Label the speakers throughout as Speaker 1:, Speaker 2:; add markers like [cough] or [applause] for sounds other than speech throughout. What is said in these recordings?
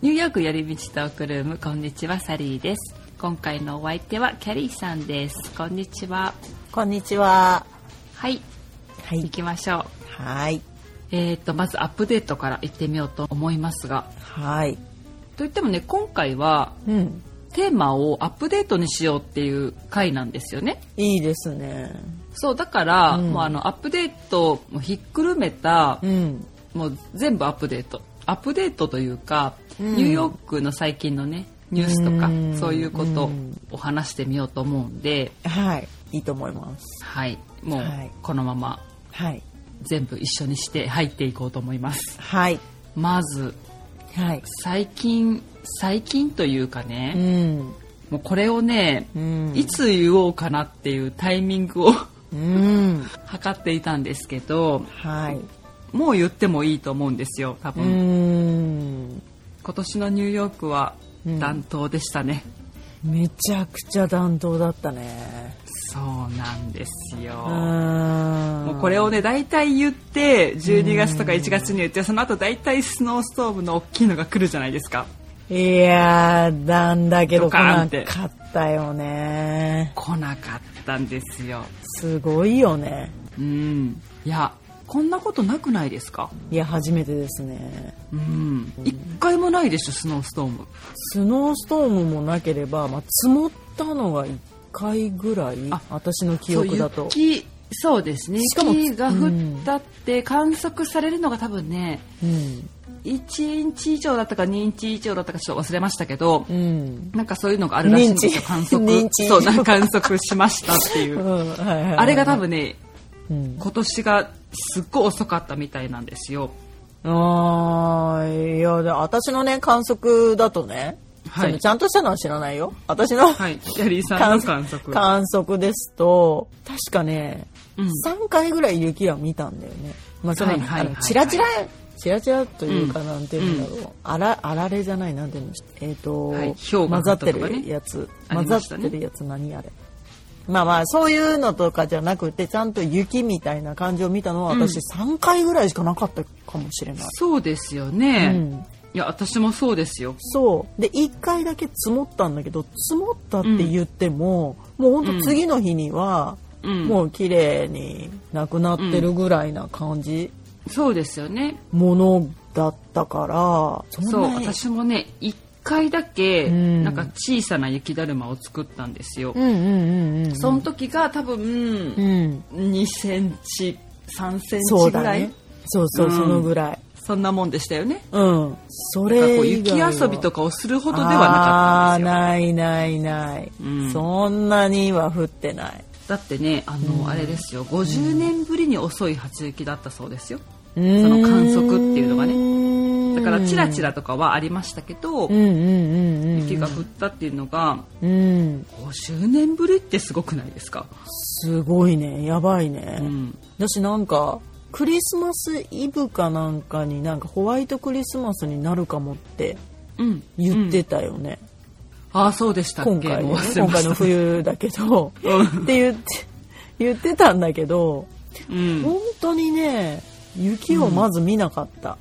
Speaker 1: ニューヨーク寄り道トークルームこんにちはサリーです今回のお相手はキャリーさんですこんにちは
Speaker 2: こんにちは。
Speaker 1: はい
Speaker 2: は
Speaker 1: 行。きましょう
Speaker 2: はい。
Speaker 1: えー、とまずアップデートから行ってみようと思いますが
Speaker 2: はい。
Speaker 1: といってもね今回は
Speaker 2: うん。
Speaker 1: テーマをアップデートにしようっていう回なんですよね
Speaker 2: いいですね。
Speaker 1: そうだから、
Speaker 2: うん
Speaker 1: もうあのアップデートもひっくるめた、
Speaker 2: うん。
Speaker 1: もう全部アップデートアップデートというか、
Speaker 2: うん
Speaker 1: ニューヨークの最近のねニュースとか、
Speaker 2: うん
Speaker 1: そういうことを
Speaker 2: うん
Speaker 1: お話してみようと思うんで、
Speaker 2: はい。いいと思います。
Speaker 1: はいもう
Speaker 2: はい
Speaker 1: このまま
Speaker 2: はい。
Speaker 1: 全部一緒にして入っていこうと思います
Speaker 2: はい。
Speaker 1: まず
Speaker 2: はい。
Speaker 1: 最近最近というかね、
Speaker 2: うん。
Speaker 1: もうこれをね、
Speaker 2: うん。
Speaker 1: いつ言おうかなっていうタイミングを [laughs]
Speaker 2: うん。
Speaker 1: 測っていたんですけど
Speaker 2: はい。
Speaker 1: もう言ってもいいと思うんですよ多
Speaker 2: う
Speaker 1: 分、
Speaker 2: ん。
Speaker 1: 今年のニューヨークは
Speaker 2: うん
Speaker 1: 暖冬でしたね、
Speaker 2: めちゃくちゃ暖冬だったね。
Speaker 1: そうなんですよ、
Speaker 2: うん。
Speaker 1: も
Speaker 2: も
Speaker 1: うこれをね大体言って12月とか1月に言ってその後大体スノーストーブの大きいのが来るじゃないですか
Speaker 2: いやー、なんだけど
Speaker 1: ド
Speaker 2: 来
Speaker 1: カーン
Speaker 2: な
Speaker 1: って
Speaker 2: かったよね。
Speaker 1: 来なかったんですよ
Speaker 2: すごいよね。
Speaker 1: うんいやこんなことなくないですか
Speaker 2: いや、初めてですね。
Speaker 1: うん一回もないでしょスノーストーム
Speaker 2: スノーストームもなければ、まあ、積もったのが1回ぐらい
Speaker 1: あ
Speaker 2: 私の記憶だと
Speaker 1: そう雪そうですね
Speaker 2: しかも
Speaker 1: 雪が降ったって観測されるのが多分ね
Speaker 2: うん
Speaker 1: 1インチ以上だったか2インチ以上だったかちょっと忘れましたけど、
Speaker 2: うん、
Speaker 1: なんかそういうのがあるらしいんですよ
Speaker 2: 認知
Speaker 1: 観測
Speaker 2: 認知
Speaker 1: そうなんか観測しましたっていう
Speaker 2: [laughs]
Speaker 1: うん
Speaker 2: はいはいはい
Speaker 1: あれが多分ね、
Speaker 2: うん、
Speaker 1: 今年がすっごい遅かったみたいなんですよ。
Speaker 2: あーいやで私のね観測だとね、
Speaker 1: はい
Speaker 2: そのちゃんとしたのは知らないよ私の
Speaker 1: はい。キャリーさんの観測。
Speaker 2: 観測ですと確かね、
Speaker 1: うん
Speaker 2: 三3回ぐらい雪は見たんだよね、まあ、その、
Speaker 1: はいはいはいはい
Speaker 2: あのチラチラチラチラというか、なんていうんだろう、あらあられじゃないなんていうのえっ、と、
Speaker 1: はい氷
Speaker 2: 混
Speaker 1: 河だ
Speaker 2: ざっ
Speaker 1: ったとかね
Speaker 2: てるやつ、
Speaker 1: あ
Speaker 2: 混
Speaker 1: り
Speaker 2: ざ
Speaker 1: ま
Speaker 2: っ
Speaker 1: した
Speaker 2: て
Speaker 1: ね
Speaker 2: るやつ何あれまあまあそういうのとかじゃなくてちゃんと雪みたいな感じを見たのは私3回ぐらいしかなかったかもしれない、
Speaker 1: そうですよね、
Speaker 2: うん
Speaker 1: いや、私もそうですよ。
Speaker 2: そうで1回だけ積もったんだけど積もったって言っても、もうほんと次の日には、
Speaker 1: うん。
Speaker 2: もう綺麗になくなってるぐらいな感じ、
Speaker 1: そうですよね。
Speaker 2: ものだったから
Speaker 1: そう、
Speaker 2: んなに
Speaker 1: 私もね、一回だけ、
Speaker 2: うん
Speaker 1: なんか小さな雪だるまを作ったんですよ。
Speaker 2: うんうんうんうん
Speaker 1: その時が多分
Speaker 2: う、ん
Speaker 1: 2センチ、3セン
Speaker 2: そ
Speaker 1: チ
Speaker 2: う
Speaker 1: ぐ
Speaker 2: だ
Speaker 1: らい。
Speaker 2: ねそうそう、
Speaker 1: うん
Speaker 2: そのぐらい
Speaker 1: そんなもんでしたよね。
Speaker 2: うんそ
Speaker 1: なんかこ
Speaker 2: れ
Speaker 1: う
Speaker 2: 以
Speaker 1: 雪
Speaker 2: 外は
Speaker 1: 遊びとかをするほどではなかったんですよ。
Speaker 2: あーないないない、
Speaker 1: うん
Speaker 2: そんなには降ってない
Speaker 1: だってねあの、あれですよ50年ぶりに遅い初雪だったそうですよ
Speaker 2: そ
Speaker 1: の観測っていうのが
Speaker 2: ね
Speaker 1: だからチラチ
Speaker 2: ラ
Speaker 1: ラとかはありましたけど、
Speaker 2: うんうんうんうん
Speaker 1: 雪が降ったっていうのが
Speaker 2: うん
Speaker 1: 50年ぶりってすごくないですか、
Speaker 2: すごいねやばいね、
Speaker 1: うん、
Speaker 2: だしなんかクリスマスイブかなんかになんかホワイトクリスマスになるかもって
Speaker 1: うん、
Speaker 2: 言っ
Speaker 1: う
Speaker 2: て
Speaker 1: ん
Speaker 2: たよね、
Speaker 1: ああそうでしたっけ
Speaker 2: 今回
Speaker 1: も
Speaker 2: の
Speaker 1: う
Speaker 2: ね
Speaker 1: 忘れ
Speaker 2: 今
Speaker 1: ま
Speaker 2: 回の
Speaker 1: した
Speaker 2: 冬だけどって言って言ってたんだけど
Speaker 1: うん、
Speaker 2: 本当にね雪をまず見なかった、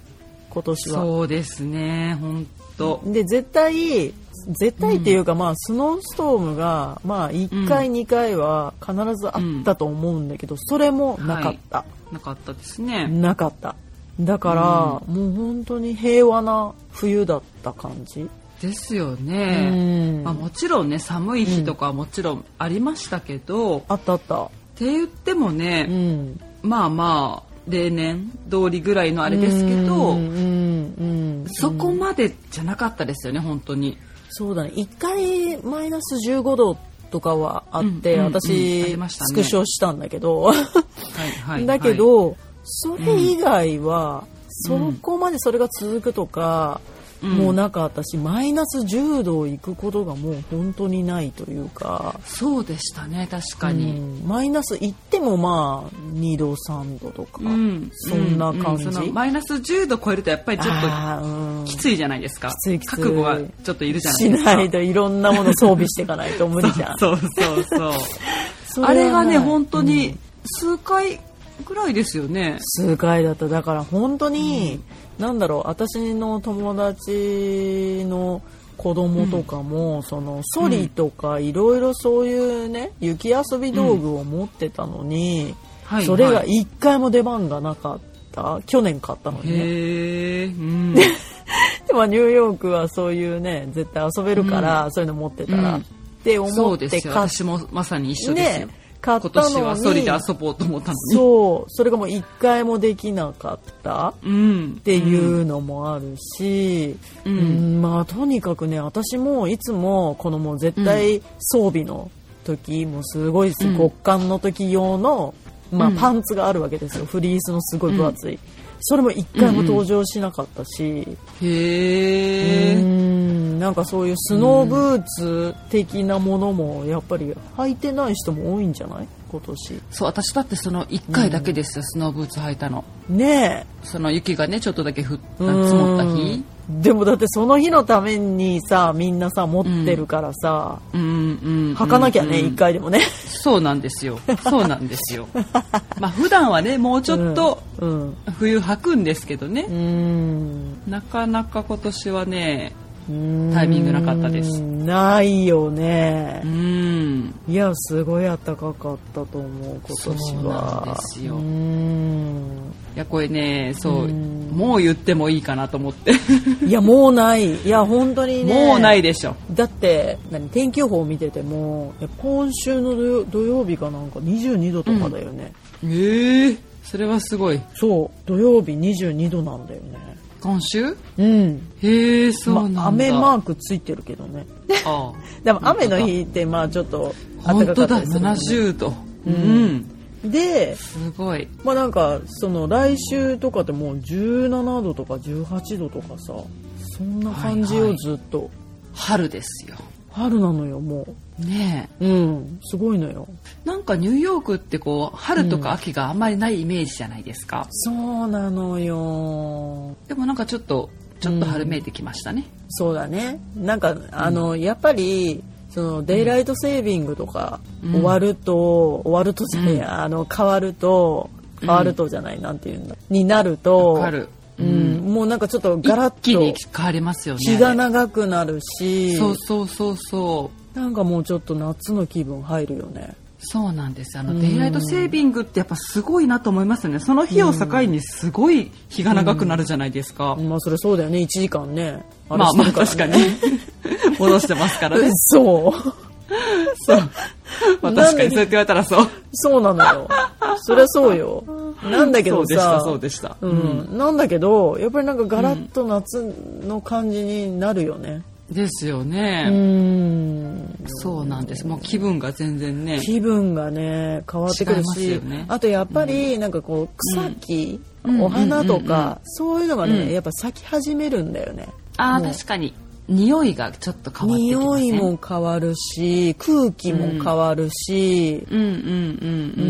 Speaker 2: 今年は。
Speaker 1: そうですね本当
Speaker 2: で絶対絶対っていうか、まあスノーストームがまあ1回、
Speaker 1: う
Speaker 2: 2回は必ずあったと思うんだけど、それもなかった、
Speaker 1: なかったですね
Speaker 2: なかっただから、もう本当に平和な冬だった感じ、
Speaker 1: ですよね、
Speaker 2: うん
Speaker 1: まあ、もちろんね寒い日とかはもちろんありましたけど、っ
Speaker 2: あったあった
Speaker 1: て言ってもね、
Speaker 2: うん
Speaker 1: まあまあ例年通りぐらいのあれですけど、
Speaker 2: うんうんうん
Speaker 1: そこまでじゃなかったですよね本当に。
Speaker 2: そうだね1回マイナス15度とかはあって、
Speaker 1: うんうんうんあ
Speaker 2: 私、
Speaker 1: りましたね
Speaker 2: スクショしたんだけど
Speaker 1: はいはい
Speaker 2: だけ
Speaker 1: はい
Speaker 2: ど、それ以外は、
Speaker 1: うん
Speaker 2: そこまでそれが続くとか、
Speaker 1: うん
Speaker 2: もうなかったしマイナス10度行くことがもう本当にないというか。
Speaker 1: そうでしたね確か
Speaker 2: う
Speaker 1: に。
Speaker 2: んマイナス行ってもまあ2度3度とか、
Speaker 1: うん
Speaker 2: そんな感じ、
Speaker 1: うんうんそのマイナス10度超えるとやっぱりちょっと
Speaker 2: あーうん
Speaker 1: きついじゃないですか。
Speaker 2: ついきつい
Speaker 1: 覚悟がちょっといるじゃない
Speaker 2: し
Speaker 1: ですか。
Speaker 2: ないといろんなもの装備していかない
Speaker 1: [laughs]
Speaker 2: と無理じゃん
Speaker 1: そうそうそうそう。
Speaker 2: [laughs] そ
Speaker 1: あれがね
Speaker 2: はない
Speaker 1: 本当
Speaker 2: う
Speaker 1: に
Speaker 2: ん
Speaker 1: 数回ぐらいですよね
Speaker 2: 数回だっただから本当に、なんだろう私の友達の子供とかも、そのソリとかいろいろそういうね雪遊び道具を持ってたの
Speaker 1: はい
Speaker 2: に、それ
Speaker 1: は
Speaker 2: が
Speaker 1: い
Speaker 2: 一回も出番がなかった去年買ったのにね。
Speaker 1: へえ、うん、
Speaker 2: でもニューヨークはそういうね絶対遊べるから、そういうの持ってたら、
Speaker 1: うん
Speaker 2: って思
Speaker 1: そ
Speaker 2: っ
Speaker 1: うで
Speaker 2: て
Speaker 1: すよ
Speaker 2: 買っ
Speaker 1: 私もまさに一緒です
Speaker 2: ね
Speaker 1: よ、
Speaker 2: 買った
Speaker 1: 今
Speaker 2: のに
Speaker 1: 年はそれで遊ぼうと思ったのに
Speaker 2: そうそれがもう一回もできなかったっ
Speaker 1: うん、って
Speaker 2: いうのもあるし、
Speaker 1: う
Speaker 2: うんんまあとにかくね私もいつもこのもう絶対装備の時、もうすごいです
Speaker 1: うん
Speaker 2: 極寒の時用の、まあ、
Speaker 1: うん
Speaker 2: パンツがあるわけですよフリースのすごい分厚い、それも一回も登場しなかったし、
Speaker 1: へ
Speaker 2: う
Speaker 1: え、
Speaker 2: んなんかそういうスノーブーツ的なものもやっぱり履いてない人も多いんじゃない今年
Speaker 1: そう私だってその1回だけですよ、スノーブーツ履いたの
Speaker 2: ね
Speaker 1: その雪がねちょっとだけ降っ
Speaker 2: え
Speaker 1: 積もった日
Speaker 2: うんでもだってその日のためにさみんなさ持ってるからさ、
Speaker 1: うんうん
Speaker 2: 履かなきゃね、
Speaker 1: うん
Speaker 2: 一回でもね
Speaker 1: そうなんですよそうなんです
Speaker 2: [laughs]
Speaker 1: よまあ普段はねもうちょっと
Speaker 2: うん
Speaker 1: 冬履くんですけどね
Speaker 2: う、ん
Speaker 1: なかなか今年はね
Speaker 2: うん
Speaker 1: タイミングなかったです
Speaker 2: ないよね
Speaker 1: う、ん
Speaker 2: いやすごい暖かかったと思う今年は
Speaker 1: そうなんですよ
Speaker 2: うん
Speaker 1: いやこれねそう
Speaker 2: うん
Speaker 1: もう言ってもいいかなと思って
Speaker 2: いやもうないいや本当にね
Speaker 1: もうないでしょ
Speaker 2: だって何天気予報を見ててもいや今週の土曜土曜日かなんか22度とかだよね、
Speaker 1: ええそれはすごい
Speaker 2: そう土曜日22度なんだよね
Speaker 1: 今週
Speaker 2: うん
Speaker 1: へえそうなんだ、
Speaker 2: まあ雨マークついてるけどね
Speaker 1: ああ
Speaker 2: でも雨の日ってまあちょっと [laughs] 暖
Speaker 1: 本
Speaker 2: かか
Speaker 1: 当
Speaker 2: った
Speaker 1: だ、
Speaker 2: りするもんね
Speaker 1: 70度。う、
Speaker 2: うんんです
Speaker 1: ごい。
Speaker 2: まあなんかその来週とかってもう17度とか18度とかさそんな感じ
Speaker 1: はいは
Speaker 2: を
Speaker 1: い
Speaker 2: ずっと、
Speaker 1: 春ですよ。
Speaker 2: 春なのよも
Speaker 1: ねえ
Speaker 2: ううんすごいのよ
Speaker 1: なんかニューヨークってこう春とか秋があんまりないイメージじゃないですか、
Speaker 2: そうなのよ
Speaker 1: でもなんかちょっとちょっと春めいてきましたね、
Speaker 2: そうだねなんかあの、やっぱりそのデイライトセービングとか
Speaker 1: うん
Speaker 2: 終わると、終わるとじゃねえや、あの変わると
Speaker 1: うん
Speaker 2: 変わるとじゃない、なんていうんだになる
Speaker 1: わ
Speaker 2: と
Speaker 1: かる、
Speaker 2: う
Speaker 1: うん
Speaker 2: ん、もうなんかちょっとガラ
Speaker 1: 一気に
Speaker 2: ッと
Speaker 1: 変わりますよね
Speaker 2: 日が長くなる
Speaker 1: あれ
Speaker 2: し
Speaker 1: そうそうそうそう
Speaker 2: なんかもうちょっと夏の気分入るよね
Speaker 1: そうなんですあ
Speaker 2: う
Speaker 1: の
Speaker 2: ん
Speaker 1: デイライトセービングってやっぱすごいなと思いますよねその日を境にすごい日が長くなるじゃないですか、
Speaker 2: まあそれそうだよね1時間ねれ
Speaker 1: まあまあ
Speaker 2: し
Speaker 1: 確
Speaker 2: て
Speaker 1: か
Speaker 2: る
Speaker 1: に
Speaker 2: [laughs]
Speaker 1: 戻してますからね
Speaker 2: そう
Speaker 1: まあ確かにそうやって言われたらそう
Speaker 2: そうなのよそりゃそうよなんだけどさ
Speaker 1: そうでしたそう
Speaker 2: う
Speaker 1: でした、
Speaker 2: ん、なんだけどやっぱりなんかガラッと夏の感じになるよね
Speaker 1: ですよ
Speaker 2: う
Speaker 1: ね、
Speaker 2: ん
Speaker 1: そうなんですもう気分が全然ね
Speaker 2: 気分がね変わってくる
Speaker 1: 違います
Speaker 2: し
Speaker 1: よね
Speaker 2: あとやっぱりなんかこう草木、
Speaker 1: うん
Speaker 2: お花と
Speaker 1: うんうんうんう
Speaker 2: か、そういうのがね、
Speaker 1: うん
Speaker 2: やっぱ咲き始めるんだよね
Speaker 1: ああ
Speaker 2: もう
Speaker 1: 確かに匂いがちょっと変わってきま
Speaker 2: 匂
Speaker 1: すね
Speaker 2: いも変わるし空気も変わるし、
Speaker 1: うんうんう
Speaker 2: うん
Speaker 1: う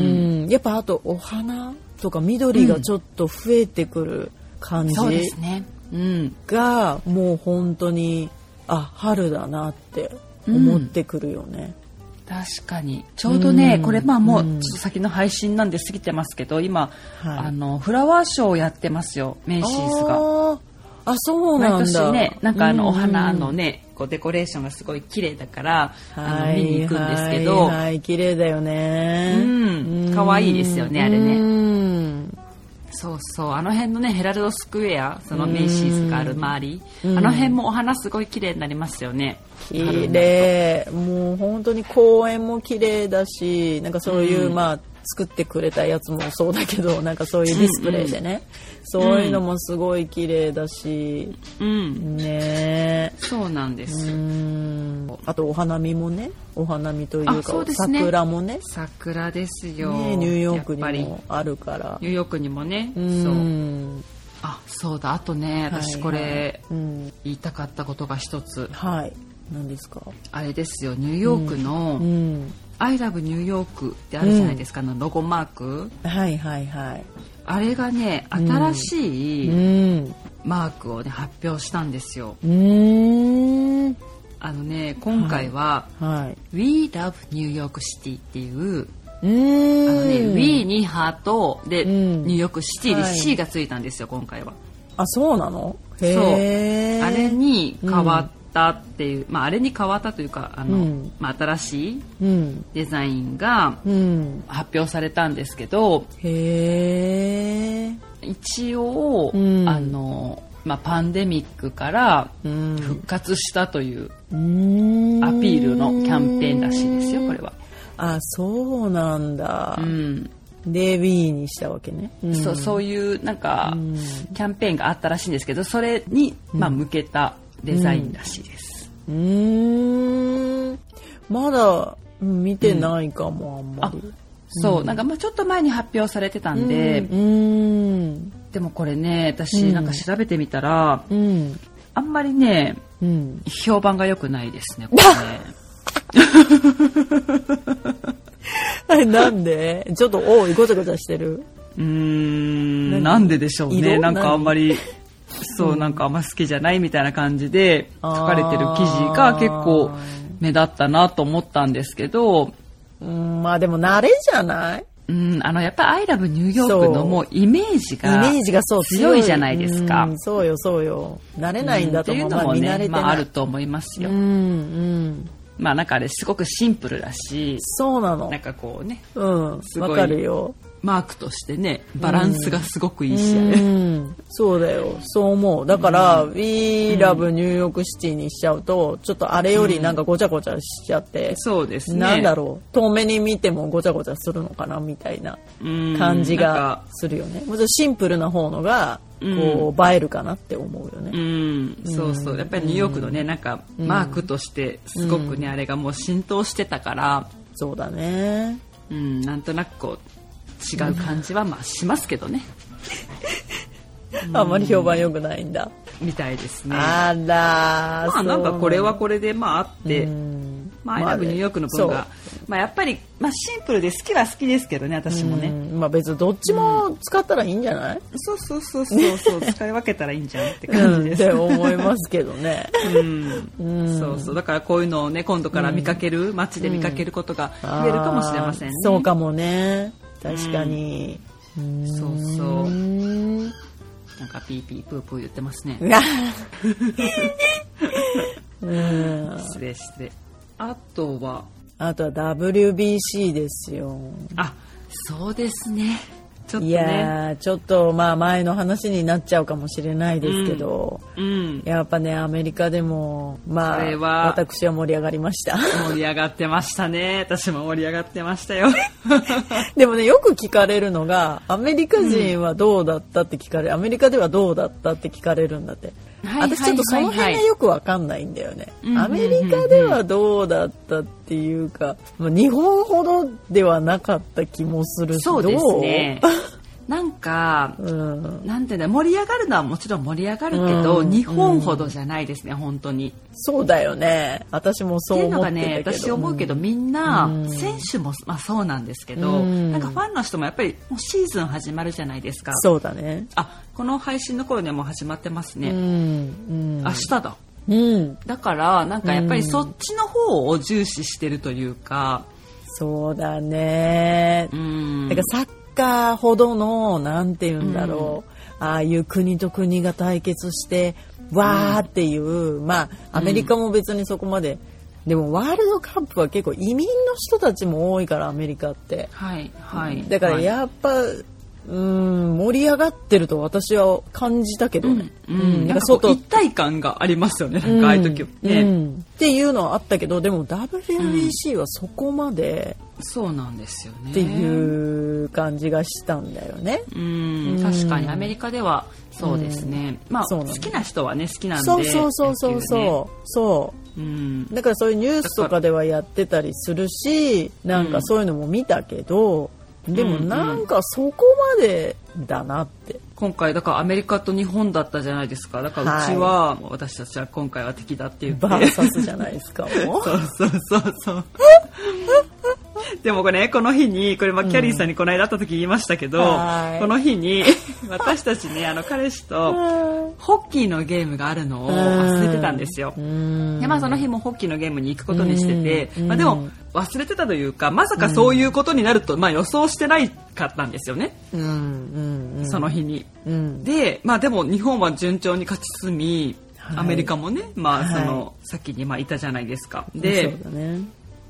Speaker 1: ん、
Speaker 2: んやっぱあとお花とか緑がちょっと増えてくる感じ、
Speaker 1: そうですねうん
Speaker 2: がもう本当にあ春だなって思ってくるよね。
Speaker 1: 確かにちょうどね、
Speaker 2: うん
Speaker 1: これまあもうちょ
Speaker 2: う
Speaker 1: っ
Speaker 2: ん
Speaker 1: と先の配信なんで過ぎてますけど今、
Speaker 2: はい
Speaker 1: あのフラワーショーをやってますよメイシーズが。
Speaker 2: あーあそうなん
Speaker 1: 毎
Speaker 2: だ。
Speaker 1: 年ねなんかあの、
Speaker 2: うん
Speaker 1: お花のねこうデコレーションがすごい綺麗だから、あ
Speaker 2: は
Speaker 1: の
Speaker 2: い
Speaker 1: 見に行くんですけど、
Speaker 2: はいはい綺麗だよね。
Speaker 1: うん可愛いですよねあれね
Speaker 2: ね。
Speaker 1: そうそうあの辺のねヘラルドスクエアそのメイシーズがある周りあ
Speaker 2: うん
Speaker 1: の辺もお花すごい綺麗になりますよね
Speaker 2: 綺麗もう本当に公園も綺麗だしなんかそういう、
Speaker 1: うん
Speaker 2: まあ作ってくれたやつもそうだけどなん [laughs] かそういうディスプレイでね、そういうのもすごい綺麗だし、
Speaker 1: うん
Speaker 2: ねえ
Speaker 1: そうなんです、
Speaker 2: うんあとお花見もねお花見という
Speaker 1: あ
Speaker 2: か
Speaker 1: そうですね
Speaker 2: 桜もね
Speaker 1: 桜ですよ、
Speaker 2: ねニューヨークに
Speaker 1: やっぱり
Speaker 2: もあるから
Speaker 1: ニューヨークにもね
Speaker 2: う
Speaker 1: そうんあそうだあとね私これ、
Speaker 2: はいはいうん
Speaker 1: 言いたかったことが一つ
Speaker 2: はい何ですか
Speaker 1: あれですよニューヨークの
Speaker 2: うん
Speaker 1: 「I love ニューヨーク」ってあるじゃないですか、あのロゴマーク
Speaker 2: はいはいはい
Speaker 1: あれがね新し
Speaker 2: う
Speaker 1: い
Speaker 2: ん
Speaker 1: マークをね発表したんですよ
Speaker 2: うん
Speaker 1: あのね今回は、
Speaker 2: はい
Speaker 1: We Love New York City っていう
Speaker 2: うーん
Speaker 1: あのね、Wii にハートで
Speaker 2: うん
Speaker 1: 入力シティで
Speaker 2: はい
Speaker 1: C がついたんですよ、今回は。
Speaker 2: あそうなの
Speaker 1: う
Speaker 2: へー
Speaker 1: あれに変わったっていう、まああれに変わったというか、あの、
Speaker 2: うん
Speaker 1: まあ新しい
Speaker 2: うん
Speaker 1: デザインが
Speaker 2: うん
Speaker 1: 発表されたんですけど、
Speaker 2: へえ
Speaker 1: 一応、
Speaker 2: うん
Speaker 1: あの、まあパンデミックから
Speaker 2: うん
Speaker 1: 復活したという
Speaker 2: うーん
Speaker 1: アピールのキャンペーンらしいですよ、これは。
Speaker 2: あそうなんだ
Speaker 1: う、ん。
Speaker 2: で Wii にしたわけね、うん
Speaker 1: そうそういうなんか、
Speaker 2: うん
Speaker 1: キャンペーンがあったらしいんですけどそれに、まあ、向けたデザインらしいです、
Speaker 2: うーんまだうん見てないかも、あんまり
Speaker 1: そうなんかまあちょっと前に発表されてたんで、
Speaker 2: うん
Speaker 1: でもこれね私
Speaker 2: うん
Speaker 1: なんか調べてみたら、
Speaker 2: うん
Speaker 1: あんまりね
Speaker 2: うん
Speaker 1: 評判が良くないです
Speaker 2: [laughs]
Speaker 1: ねこれね
Speaker 2: えなん [laughs] でちょっとおいごちゃごちゃしてる
Speaker 1: うーん
Speaker 2: 何
Speaker 1: なんででしょうね
Speaker 2: 色
Speaker 1: なんかあんま
Speaker 2: [laughs]
Speaker 1: りそうなんかあんま好きじゃないみたいな感じで書かれてる記事が結構目立ったなと思ったんですけど
Speaker 2: うんまあでも慣れじゃない
Speaker 1: うん、あの、やっぱアイラブニューヨーク
Speaker 2: そ
Speaker 1: の
Speaker 2: う
Speaker 1: もうイメージ
Speaker 2: イメ
Speaker 1: が
Speaker 2: ージがそう
Speaker 1: 強いじゃないですか。
Speaker 2: うんそうよそうよ慣れ
Speaker 1: うん
Speaker 2: ないんだと思う、
Speaker 1: っていう
Speaker 2: ま
Speaker 1: の
Speaker 2: あ
Speaker 1: も
Speaker 2: 見慣れ
Speaker 1: ね、
Speaker 2: て
Speaker 1: ま
Speaker 2: ない、
Speaker 1: あ、あると思いますよ。
Speaker 2: うんうん
Speaker 1: まあなんかあれすごくシンプルだし、
Speaker 2: そうなの
Speaker 1: なんかこうね、
Speaker 2: うん
Speaker 1: すご
Speaker 2: わ
Speaker 1: い
Speaker 2: かるよ
Speaker 1: マークとしてね、バランスがすごくいいし、
Speaker 2: うんそうだよそう思うだから、We Love ニューヨークシティにしちゃうとちょっとあれよりなんかごちゃごちゃしちゃって、
Speaker 1: そうですね。
Speaker 2: なんだろう遠目に見てもごちゃごちゃするのかなみたいな
Speaker 1: うん
Speaker 2: 感じ
Speaker 1: なん
Speaker 2: が
Speaker 1: か
Speaker 2: するよね。もちろんシンプルな方のが、こう、映えるかなって思うよ
Speaker 1: う
Speaker 2: ね。
Speaker 1: ん、そうそう。やっぱりニューヨークのね、なんかマークとしてすごくね、あれがもう浸透してたから、
Speaker 2: そうだね。
Speaker 1: うん、なんとなくこう、違う感じはまあしますけどね、
Speaker 2: あんまり評判良くないんだ。
Speaker 1: みたいですね。
Speaker 2: あらー、
Speaker 1: まあなんかこれ
Speaker 2: は、
Speaker 1: はこれでまああって、
Speaker 2: うん
Speaker 1: まあ、アイラブニューヨークの文が、まあ、やっぱり、まあ、シンプルで好きは好きですけどね、私
Speaker 2: そう
Speaker 1: も
Speaker 2: う
Speaker 1: ね。
Speaker 2: んまあ別にどっちも使ったらいいんじゃない、
Speaker 1: そうそうそうそう
Speaker 2: [laughs]
Speaker 1: そう、使い分けたらいいんじゃんって
Speaker 2: う
Speaker 1: 感
Speaker 2: ん
Speaker 1: じで
Speaker 2: っ
Speaker 1: す。
Speaker 2: て思いますけど
Speaker 1: [laughs]
Speaker 2: ね。
Speaker 1: うんそうそうだからこういうのをね今度から見かける街で見かけることが増えるかもしれませんね
Speaker 2: あーそうかもね。確かに。
Speaker 1: そうそううんなんかピーピープープー言ってますね
Speaker 2: うん
Speaker 1: 失礼失礼あとは
Speaker 2: [laughs] あとは WBC ですよ。
Speaker 1: あそうですねちょっと
Speaker 2: い
Speaker 1: ね
Speaker 2: やーちょっとまあ前の話になっちゃうかもしれないですけど、
Speaker 1: うん
Speaker 2: やっぱねアメリカでもま
Speaker 1: これ
Speaker 2: あ
Speaker 1: は
Speaker 2: 私は盛り上がりました
Speaker 1: 盛り上がってましたね私も盛り上がってました
Speaker 2: [laughs]
Speaker 1: よ
Speaker 2: でもねよく聞かれるのがアメリカ人はどうだったって聞かれる、アメリカではどうだったって聞かれるんだって、
Speaker 1: はいはいはいはい
Speaker 2: 私ちょっとその辺がよくわかんないんだよね、
Speaker 1: うんうんうんうん
Speaker 2: アメリカではどうだったっていうか、まあ日本ほどではなかった気もするし
Speaker 1: そうですねなんか
Speaker 2: どう、 [laughs] うん、
Speaker 1: なんていうんだ盛り上がるのはもちろん盛り上がるけど、
Speaker 2: うん
Speaker 1: 日本ほどじゃないですね、本当に。
Speaker 2: そうだよね私も
Speaker 1: っ
Speaker 2: そ
Speaker 1: て
Speaker 2: う
Speaker 1: いうの
Speaker 2: 思っ
Speaker 1: が
Speaker 2: てたけど
Speaker 1: ね私思うけど、みん
Speaker 2: う
Speaker 1: なん選手も、まあ、そうなんですけど、
Speaker 2: うん
Speaker 1: なんかファンの人もやっぱりもうシーズン始まるじゃないですか
Speaker 2: そうだね。
Speaker 1: あこの配信の頃にはもう始まってます
Speaker 2: う
Speaker 1: ね、
Speaker 2: ん。
Speaker 1: 明日だ
Speaker 2: うん。うん。
Speaker 1: だからなんかやっぱりそっちの方を重視してるというか、
Speaker 2: そうだね
Speaker 1: う。ん
Speaker 2: だからサッカーほどの、なんて言うんだろう。ああいう国と国が対決して、わーっていう、まあ、アメリカも別にそこまで、でもワールドカップは結構移民の人たちも多いから、アメリカって。
Speaker 1: はいはい
Speaker 2: だから
Speaker 1: はい
Speaker 2: やっぱ、うん、盛り上がってると私は感じたけどね。
Speaker 1: うんうん、
Speaker 2: だ
Speaker 1: なん
Speaker 2: ら
Speaker 1: かこう一体感がありますよねなんかああいう時はね、
Speaker 2: うんっていうのはあったけどでも WBC はそこまで
Speaker 1: そうなんですよね
Speaker 2: っていう感じがしたんだよね。
Speaker 1: うん確かにアメリカではそうですね、まあ
Speaker 2: そうな
Speaker 1: 好
Speaker 2: の
Speaker 1: きな人はね好きなんで
Speaker 2: そうそうそうそうそう、
Speaker 1: 野
Speaker 2: そう
Speaker 1: 球ねうん
Speaker 2: だからそういうニュースとかではやってたりするしなんかそういうのも見たけど、でもなんかそこまでだなって。
Speaker 1: 今回だからアメリカと日本だったじゃないですかだからうちは、もう私たちは今回は敵だって言って [laughs]
Speaker 2: バーサスじゃないですかもう
Speaker 1: そうそうそうそうでもこれ、ね、この日にこれ、まあ、キャリーさんにこの間会った時言いましたけど、
Speaker 2: はい
Speaker 1: この日に私たちねあの彼氏とホッキーのゲームがあるのを忘れてたんですよ。
Speaker 2: うん
Speaker 1: でまあ、その日もホッキーのゲームに行くことにしてて、
Speaker 2: うん
Speaker 1: まあ、でも忘れてたというかまさかそういうことになると、まあ、予想してないかったんですよね、
Speaker 2: うんうんうん
Speaker 1: その日に。
Speaker 2: うん
Speaker 1: で、まあ、でも日本は順調に勝ち進み、
Speaker 2: はい
Speaker 1: アメリカもね、まあ、
Speaker 2: はい
Speaker 1: その先にまあいたじゃないですか。
Speaker 2: そ
Speaker 1: で
Speaker 2: うだね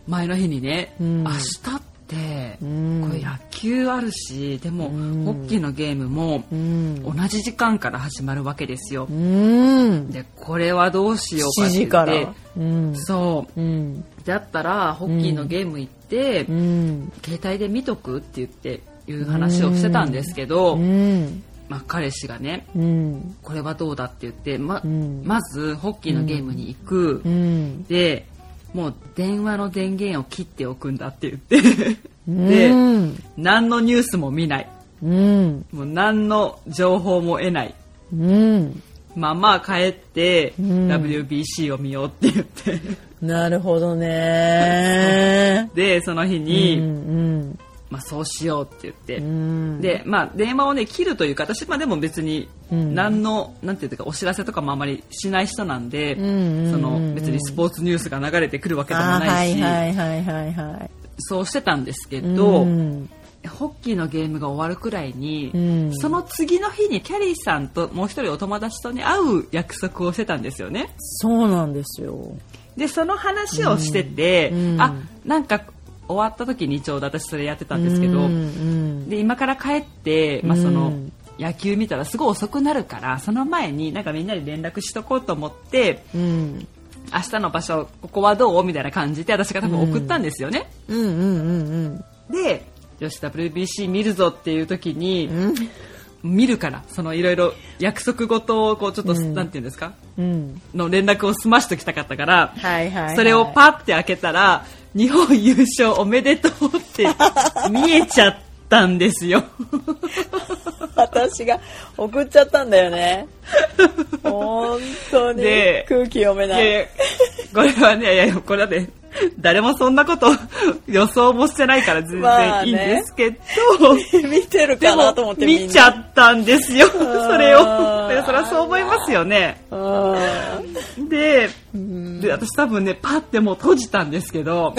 Speaker 1: 前の日にね、
Speaker 2: うん
Speaker 1: 明日って、
Speaker 2: うん
Speaker 1: これ野球あるしでも、
Speaker 2: うん
Speaker 1: ホッキーのゲームも
Speaker 2: うん
Speaker 1: 同じ時間から始まるわけですよ
Speaker 2: う。ん
Speaker 1: でこれはどうしようか
Speaker 2: 7
Speaker 1: って
Speaker 2: 時
Speaker 1: 言
Speaker 2: か
Speaker 1: って
Speaker 2: らうん
Speaker 1: そう
Speaker 2: うん
Speaker 1: だったらホッキーのゲーム行って、
Speaker 2: うん
Speaker 1: 携帯で見とくって言っていう話をしてたんですけど、
Speaker 2: うん
Speaker 1: まあ、彼氏がね
Speaker 2: うん
Speaker 1: これはどうだって言ってま,、
Speaker 2: うん
Speaker 1: まずホッキーのゲームに行く、
Speaker 2: うん
Speaker 1: でもう電話の電源を切っておくんだって言ってで
Speaker 2: うん
Speaker 1: 何のニュースも見ない
Speaker 2: うん
Speaker 1: もう何の情報も得ない
Speaker 2: うん
Speaker 1: まあまあ帰って、
Speaker 2: うん
Speaker 1: WBC を見ようって言って
Speaker 2: なるほどね
Speaker 1: でその日
Speaker 2: う
Speaker 1: に、
Speaker 2: ん
Speaker 1: まあ、そうしようって言って。
Speaker 2: うんうん
Speaker 1: で、まあ、電話をね、切るというか、私、まあ、でも別に、
Speaker 2: うん
Speaker 1: 何の、なんていうか、お知らせとかもあまりしない人なんで、
Speaker 2: うんうんうん
Speaker 1: その、別にスポーツニュースが流れてくるわけでも
Speaker 2: あー
Speaker 1: な
Speaker 2: はいい
Speaker 1: し、
Speaker 2: はいはいはいはい
Speaker 1: そうしてたんですけど、
Speaker 2: うん
Speaker 1: ホッキーのゲームが終わるくらいに、
Speaker 2: うん
Speaker 1: その次の日にキャリーさんともう一人お友達とね、会う約束をしてたんですよね。
Speaker 2: そうなんですよ
Speaker 1: で、その話をしてて、
Speaker 2: うんうん
Speaker 1: あ、なんか、終わった時にちょうど私それやってたんですけど、
Speaker 2: うんうん
Speaker 1: で今から帰って、まあ、その
Speaker 2: うん
Speaker 1: 野球見たらすごい遅くなるからその前になんかみんなで連絡しとこうと思って
Speaker 2: うん
Speaker 1: 明日の場所ここはどうみたいな感じで私が多分送ったんですよね。
Speaker 2: うんうんうん
Speaker 1: でよし WBC 見るぞっていう時に、
Speaker 2: うん
Speaker 1: 見るからそのいろいろ約束事をこうちょっと、
Speaker 2: うん
Speaker 1: なんていうんですか
Speaker 2: うん
Speaker 1: の連絡を済ましておきたかったから、
Speaker 2: はいはいはい
Speaker 1: それをパッて開けたら日本優勝おめでとうって見えちゃったんですよ。
Speaker 2: 私が送っちゃったんだよ [laughs] ね本当に
Speaker 1: で
Speaker 2: 空気読め
Speaker 1: い
Speaker 2: な
Speaker 1: やい
Speaker 2: い
Speaker 1: や、これはね、いやいや、これはね、誰もそんなこと予想もしてないから全
Speaker 2: まあ
Speaker 1: 然
Speaker 2: ね
Speaker 1: いいんですけど、
Speaker 2: 見てるかなと思って
Speaker 1: でも見ちゃ
Speaker 2: た
Speaker 1: ったんです
Speaker 2: [laughs]
Speaker 1: よ、
Speaker 2: ー
Speaker 1: それを。だからそれはそう思いますよね。で、で私多分ね、パってもう閉じたんですけ
Speaker 2: [laughs]
Speaker 1: ど、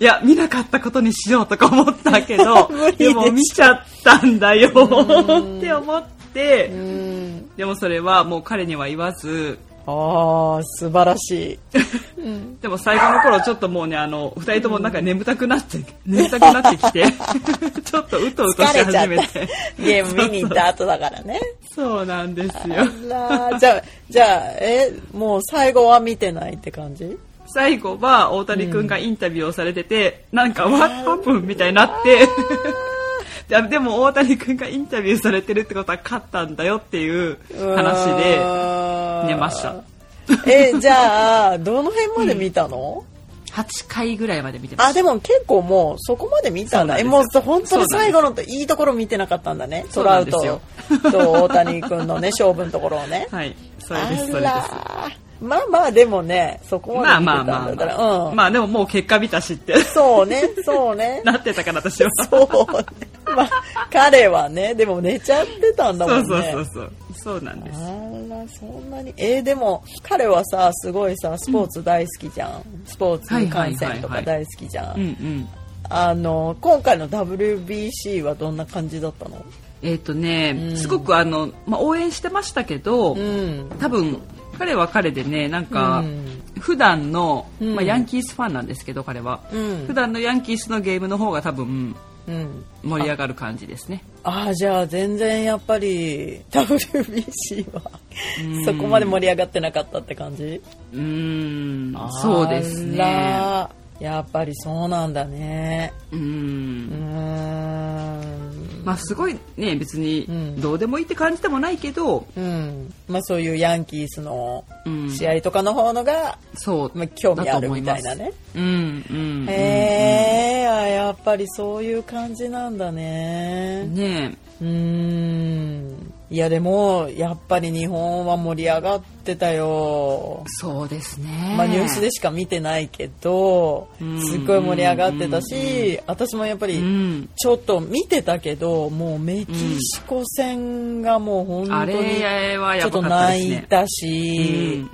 Speaker 1: いや、見なかったことにしようとか思ったけど
Speaker 2: [laughs] 無理で、し
Speaker 1: で
Speaker 2: ょ
Speaker 1: も見ちゃったんだよって思って、
Speaker 2: うん
Speaker 1: でもそれはもう彼には言わず、
Speaker 2: ああ素晴らしい、うん、
Speaker 1: でも最後の頃ちょっともうねあの二人ともなんか眠たくなって、眠たくなってき
Speaker 2: [laughs]
Speaker 1: てちょっとうとうとし
Speaker 2: 疲れちゃ
Speaker 1: 始
Speaker 2: っ
Speaker 1: めて
Speaker 2: たゲーム見に行った後だからね
Speaker 1: そうなんですよ
Speaker 2: あらじゃあじゃあえもう最後は見てないって感じ
Speaker 1: 最後は大谷君がインタビューをされてて、なんか「What happened?」みたいになってででも大谷君がインタビューされてるってことは勝ったんだよっていう話で寝ました
Speaker 2: たえじゃあどの辺まで見たの、
Speaker 1: 8回ぐらいまで見てま
Speaker 2: あ
Speaker 1: した
Speaker 2: でも結構もうそこまで見たんだ
Speaker 1: そうなんです
Speaker 2: え
Speaker 1: よ
Speaker 2: もう本当に最後のといいところ見てなかったんだね
Speaker 1: そ
Speaker 2: ト
Speaker 1: う
Speaker 2: ラ
Speaker 1: なん
Speaker 2: ウ
Speaker 1: で
Speaker 2: ト
Speaker 1: すよ
Speaker 2: と大谷
Speaker 1: [laughs]
Speaker 2: 君のね勝負のところをね
Speaker 1: はいそれ
Speaker 2: あ
Speaker 1: ですそれです
Speaker 2: らまあまあでもねそこ
Speaker 1: まあ
Speaker 2: まで見
Speaker 1: まあ
Speaker 2: て
Speaker 1: ま
Speaker 2: た
Speaker 1: あ
Speaker 2: ん
Speaker 1: ま
Speaker 2: だったら、
Speaker 1: あ、
Speaker 2: うん、
Speaker 1: まあでももう結果見たしって [laughs]
Speaker 2: そうねそうね
Speaker 1: なってたから私は
Speaker 2: そうねまあ彼はねでも寝ちゃってたんだもんね
Speaker 1: そうそうそうそうそうなんです
Speaker 2: あらそんなにえーでも彼はさすごいさスポーツ大好きじゃん、スポーツ観戦と
Speaker 1: は
Speaker 2: か
Speaker 1: いはいはいは
Speaker 2: 大好きじゃん、
Speaker 1: うんうん
Speaker 2: あの今回の WBC はどんな感じだったの
Speaker 1: えっ、とね、
Speaker 2: うん
Speaker 1: すごくあの、まあ、応援してましたけど、
Speaker 2: ん
Speaker 1: 多分彼は彼でねなんか、
Speaker 2: うん
Speaker 1: 普段の、
Speaker 2: うん
Speaker 1: まあ、ヤンキースファンなんですけど彼は、
Speaker 2: うん
Speaker 1: 普段のヤンキースのゲームの方が多分
Speaker 2: うん
Speaker 1: 盛り上がる感じですね
Speaker 2: ああじゃあ全然やっぱり WBC は
Speaker 1: うん
Speaker 2: そこまで盛り上がってなかったって感じ
Speaker 1: うーんそうですね
Speaker 2: あらやっぱりそうなんだね
Speaker 1: う
Speaker 2: うんーん
Speaker 1: まあすごいね別
Speaker 2: うん
Speaker 1: にどうでもいいって感じでもないけど、
Speaker 2: うんまあそういうヤンキースの
Speaker 1: うん、
Speaker 2: 試合とかの方のが、
Speaker 1: そう、
Speaker 2: まあ、興味あるみたいなね
Speaker 1: うんうんうん
Speaker 2: へえあやっぱりそういう感じなんだね
Speaker 1: ねえ
Speaker 2: うーんいやでもやっぱり日本は盛り上がっってたよ。
Speaker 1: そうですね。
Speaker 2: まあ、ニュースでしか見てないけど
Speaker 1: うん
Speaker 2: すっごい盛り上がってたし私もやっぱ
Speaker 1: う
Speaker 2: り
Speaker 1: ん。
Speaker 2: ちょっと見てたけどもうメキシコ戦がもう本
Speaker 1: あ
Speaker 2: 当に
Speaker 1: れは
Speaker 2: ちょ
Speaker 1: や
Speaker 2: っ
Speaker 1: ば
Speaker 2: と
Speaker 1: かったです
Speaker 2: 泣
Speaker 1: ね。
Speaker 2: いたし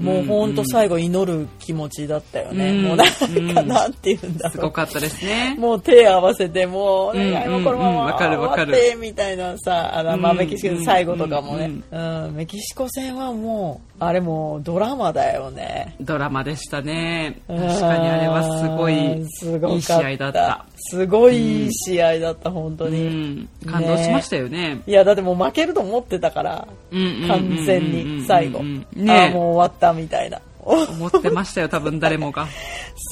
Speaker 2: もう本当最後祈る気持ちだったよね
Speaker 1: うん
Speaker 2: もうなんかなんて言うんだ
Speaker 1: す
Speaker 2: ろ
Speaker 1: ご
Speaker 2: う
Speaker 1: かったですね。
Speaker 2: もう手合わせてもうお願い
Speaker 1: うん
Speaker 2: もうこのま
Speaker 1: うんうん
Speaker 2: ま
Speaker 1: わかるわか
Speaker 2: 終
Speaker 1: る
Speaker 2: わってみたいなさあのまあ
Speaker 1: うん
Speaker 2: メキシコの最後とかもね
Speaker 1: う
Speaker 2: うんメキシコ戦はもうあれもうドラマだよね
Speaker 1: ドラマでしたね。確かにあれはすご
Speaker 2: う
Speaker 1: い
Speaker 2: ん、すごか
Speaker 1: いい試合だった。。
Speaker 2: すごいいい試合だった、本当
Speaker 1: う
Speaker 2: に。
Speaker 1: ん。感動しましたよね。
Speaker 2: いや、だってもう負けると思ってたから、
Speaker 1: うんうんうんうん
Speaker 2: 完全
Speaker 1: うんうんう
Speaker 2: に、
Speaker 1: ん
Speaker 2: 最後。ああ、
Speaker 1: ね
Speaker 2: もう終わったみたいな。 [laughs] お
Speaker 1: 思ってましたよ、多分誰もが。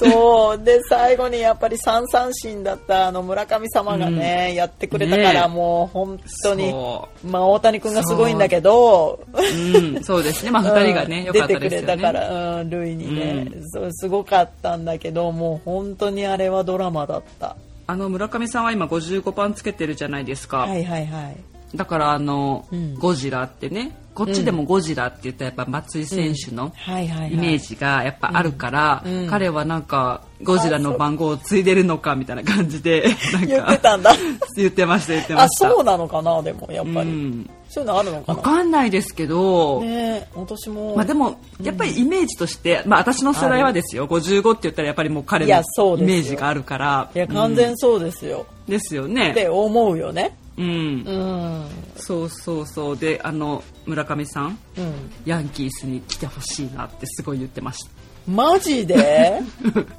Speaker 2: そう。で、最後にやっぱり三三振だったあの村上様がね、やってくれたから、
Speaker 1: ね
Speaker 2: もう本当に、
Speaker 1: そ
Speaker 2: まあ大谷君がすごいんだけど、
Speaker 1: う。うん、そうですね。まあ、二人がね、
Speaker 2: う
Speaker 1: 良かった
Speaker 2: ん出
Speaker 1: で
Speaker 2: て
Speaker 1: す
Speaker 2: く
Speaker 1: よ
Speaker 2: れたか
Speaker 1: ね。
Speaker 2: ら、うん、ルイにね、
Speaker 1: う
Speaker 2: そうすごかったんだけど、もう本当にあれはドラマだった。
Speaker 1: あの、村上さんは今55番つけてるじゃないですか。
Speaker 2: はいはいはい。
Speaker 1: だから、あの
Speaker 2: うん、
Speaker 1: ゴジラってね、こっちでもゴジラって言ったらやっぱ松井選手の
Speaker 2: はいはいはい、
Speaker 1: イメージがやっぱあるから、
Speaker 2: うんうん
Speaker 1: 彼はなんかゴジラの番号を継いでるのかみたいな感じでなん
Speaker 2: [laughs] 言
Speaker 1: か
Speaker 2: ってたんだ
Speaker 1: 言ってました言って
Speaker 2: あ
Speaker 1: ました
Speaker 2: そうなのかなでもやっぱり、
Speaker 1: うん
Speaker 2: そういうのあるのか
Speaker 1: わ
Speaker 2: な
Speaker 1: かんないですけど、
Speaker 2: ねえ私も、
Speaker 1: まあでもやっぱりイメージとして、まあ私の世代はですよ55って言ったらやっぱりもう彼
Speaker 2: い
Speaker 1: の
Speaker 2: やそう
Speaker 1: イ
Speaker 2: ですよ
Speaker 1: メージがあるから
Speaker 2: いや完全そうですよ、
Speaker 1: うんですよ
Speaker 2: っ
Speaker 1: ね
Speaker 2: て思うよね
Speaker 1: うん、
Speaker 2: うん
Speaker 1: そうそうそうであの村上さん
Speaker 2: うん
Speaker 1: ヤンキースに来てほしいなってすごい言ってました [laughs]
Speaker 2: マジで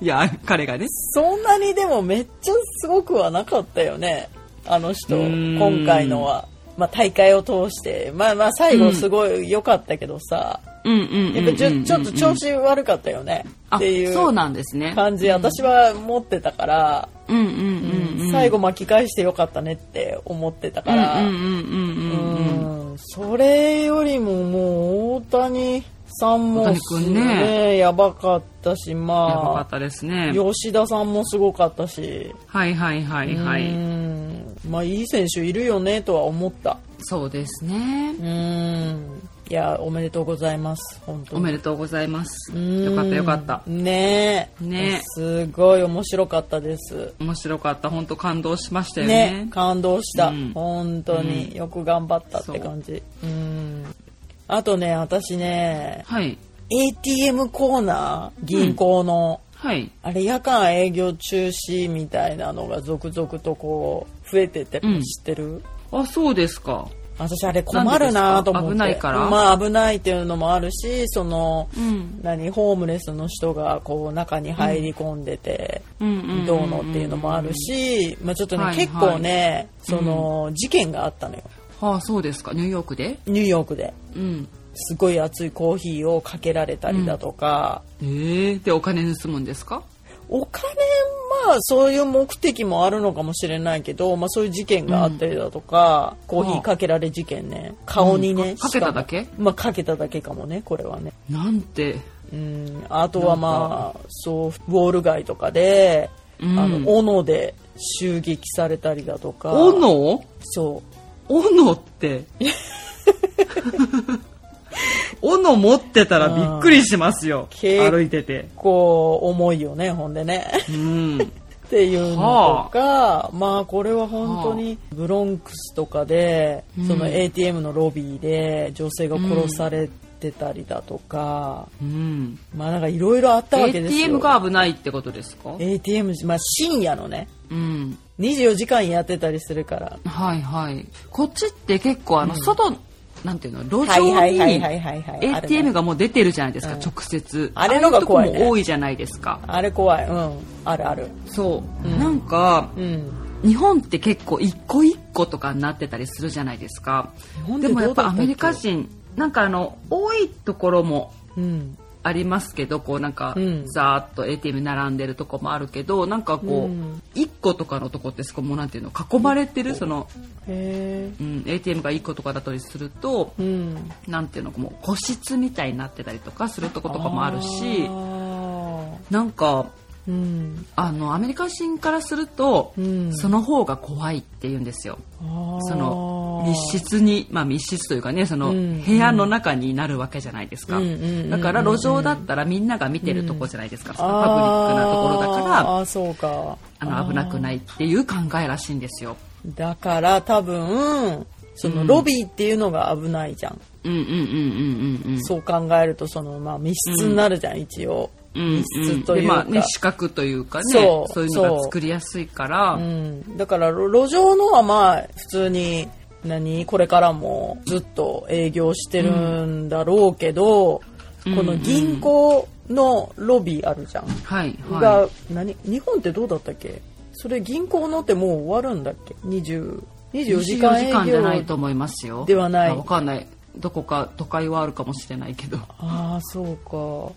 Speaker 1: いや彼がね
Speaker 2: そんなにでもめっちゃすごくはなかったよねあの人
Speaker 1: うん
Speaker 2: 今回のは、まあ、大会を通してまあまあ最
Speaker 1: う
Speaker 2: 後
Speaker 1: ん
Speaker 2: すごい良かったけどさ、
Speaker 1: うんうんうんうんうん
Speaker 2: やっぱちょちょっと調子悪かったよね、
Speaker 1: あ
Speaker 2: ってい
Speaker 1: そう
Speaker 2: う
Speaker 1: なんですね
Speaker 2: 感じ私は持ってたから、
Speaker 1: うんうんうんうん
Speaker 2: 最後巻き返してよかったねって思ってたか
Speaker 1: うん
Speaker 2: ら、
Speaker 1: う
Speaker 2: う
Speaker 1: う
Speaker 2: んん
Speaker 1: んうんうんうん
Speaker 2: それよりももう大谷さん
Speaker 1: 大
Speaker 2: も
Speaker 1: 谷君ね
Speaker 2: やばかったし
Speaker 1: やばか
Speaker 2: ま
Speaker 1: っ
Speaker 2: あ
Speaker 1: たですね
Speaker 2: 吉田さんもすごかったし、
Speaker 1: はいはいはいは
Speaker 2: う
Speaker 1: い
Speaker 2: んまあいい選手いるよねとは思った
Speaker 1: そうですね
Speaker 2: うんいやおめでとうございます本当
Speaker 1: お
Speaker 2: に
Speaker 1: めでとうございます
Speaker 2: うん
Speaker 1: よかったよかった
Speaker 2: ねえ
Speaker 1: ねえ
Speaker 2: すごい面白かったです
Speaker 1: 面白かった本当感動しましたよ
Speaker 2: ね
Speaker 1: ね
Speaker 2: 感動した、
Speaker 1: うん
Speaker 2: 本当に、よく頑張ったって感じうんあとね私ね
Speaker 1: はい
Speaker 2: ATM コーナー銀行の、
Speaker 1: はい
Speaker 2: あれ夜間営業中止みたいなのが続々とこう増えてって
Speaker 1: うん
Speaker 2: 知ってる、
Speaker 1: あそうですか
Speaker 2: 私あれ困るなと思って
Speaker 1: なんでですか危ないから
Speaker 2: まあ危ないっていうのもあるしその、
Speaker 1: うん
Speaker 2: 何ホームレスの人がこう中に入り込んでて、
Speaker 1: うんうんうん
Speaker 2: どうのっていうのもあるし、まあ、ちょっとね、
Speaker 1: はい
Speaker 2: 結構ね、その、事件があったのよ
Speaker 1: あそうですかニューヨークで
Speaker 2: ニューヨークで
Speaker 1: うん
Speaker 2: すごい熱いコーヒーをかけられたりだとか、
Speaker 1: ええでお金盗むんですか
Speaker 2: お金まあそういう目的もあるのかもしれないけど、まあ、そういう事件があったりだとか、コーヒーかけられ事件ね顔にね、
Speaker 1: うんかかけただけ
Speaker 2: しかもまあかけただけかもねこれはね
Speaker 1: なんて
Speaker 2: うんあとはまあそうウォール街とかで、
Speaker 1: うん
Speaker 2: あの斧で襲撃されたりだとか
Speaker 1: 斧
Speaker 2: そう
Speaker 1: 斧って
Speaker 2: [laughs]
Speaker 1: 斧持ってたらびっくりしますよ
Speaker 2: うん
Speaker 1: 歩いてて
Speaker 2: こう重いよねほんでね
Speaker 1: うん
Speaker 2: [laughs] っていうのとか、まあこれは本当にブロンクスとかで、
Speaker 1: うん
Speaker 2: その ATM のロビーで女性が殺されてたりだとか、
Speaker 1: うん
Speaker 2: まあなんかいろいろあったわけですよ
Speaker 1: ATM が危ないってことですか
Speaker 2: ATM まあ深夜のね
Speaker 1: うん
Speaker 2: 24時間やってたりするから
Speaker 1: はいはいこっちって結構あの外、なんていうの路
Speaker 2: はい
Speaker 1: 上
Speaker 2: はい
Speaker 1: に
Speaker 2: はいはいはいはいあるね
Speaker 1: ATM がもう出てるじゃないですか、
Speaker 2: うん
Speaker 1: 直接
Speaker 2: あれのが怖い
Speaker 1: あ
Speaker 2: ね
Speaker 1: あうとこも多いじゃないですか
Speaker 2: あれ怖いうんあるある
Speaker 1: そう、
Speaker 2: うん
Speaker 1: なんか
Speaker 2: うん
Speaker 1: 日本って結構一個一個とかになってたりするじゃないですか
Speaker 2: 本って
Speaker 1: でもやっぱ
Speaker 2: ど
Speaker 1: ア
Speaker 2: うだったっけ
Speaker 1: メリカ人なんかあの多いところも
Speaker 2: うん
Speaker 1: ありますけどこうなんか
Speaker 2: うん
Speaker 1: ざーっと ATM 並んでるとこもあるけどなんかこ
Speaker 2: うん
Speaker 1: う1個とかのとこってそこもうなんていうの囲まれてるその、
Speaker 2: へ
Speaker 1: うん、ATM が1個とかだったりすると
Speaker 2: えうん
Speaker 1: なんていうのもう個室みたいになってたりとかするとことかもあるし
Speaker 2: あ
Speaker 1: なんか
Speaker 2: ーうん
Speaker 1: あのアメリカ人からすると、
Speaker 2: うん
Speaker 1: その方が怖いって言うんですよ。
Speaker 2: あー
Speaker 1: その
Speaker 2: ー
Speaker 1: 密室に、まあ、密室というかねその
Speaker 2: うん
Speaker 1: 部屋の中になるわけじゃないですか、
Speaker 2: うんうんうん
Speaker 1: だから路上だったらみんなが見てるとこじゃないですか、そのパブリックなところだから
Speaker 2: あーあーそうか
Speaker 1: あの危なくないっていう考えらしいんですよ。
Speaker 2: だから多分そのロビーっていうのが危ないじゃん、
Speaker 1: うんうんうんうんうんうん。
Speaker 2: そう考えるとその、まあ、密室になるじゃん、一応
Speaker 1: うん
Speaker 2: 密
Speaker 1: うん、
Speaker 2: 室というか、
Speaker 1: でまあね、四角というかね
Speaker 2: そ
Speaker 1: そうういうのが作りやすいから、
Speaker 2: うん、だからろ路上のはまあ普通に何これからもずっと営業してるんだろうけど、
Speaker 1: うん
Speaker 2: この銀行のロビーあるじゃん、
Speaker 1: はい
Speaker 2: が、
Speaker 1: は
Speaker 2: 何日本ってどうだったっけそれ銀行のってもう終わるんだっけ20
Speaker 1: い。
Speaker 2: 24時間営
Speaker 1: 24
Speaker 2: 業
Speaker 1: じゃないと思いますよ。
Speaker 2: ではない
Speaker 1: あわかんない。どこか都会はあるかもしれないけど。
Speaker 2: ああそうか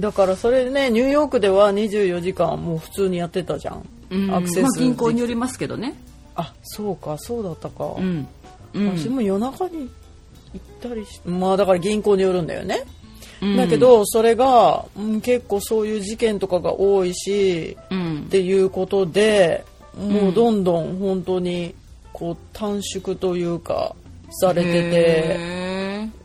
Speaker 2: だからそれねニューヨークでは24時間もう普通にやってたじゃん、
Speaker 1: うん
Speaker 2: アクセス、
Speaker 1: まあ、銀行によりますけどね。
Speaker 2: あそうかそうだったか、
Speaker 1: うん。うん
Speaker 2: 私も夜中に行ったりしてまあだから銀行によるんだよね、だけ、どそれが、うん、結構そういう事件とかが多いし
Speaker 1: うん
Speaker 2: っ、ていうことでもううんどんどん本当にこう短縮というかされてて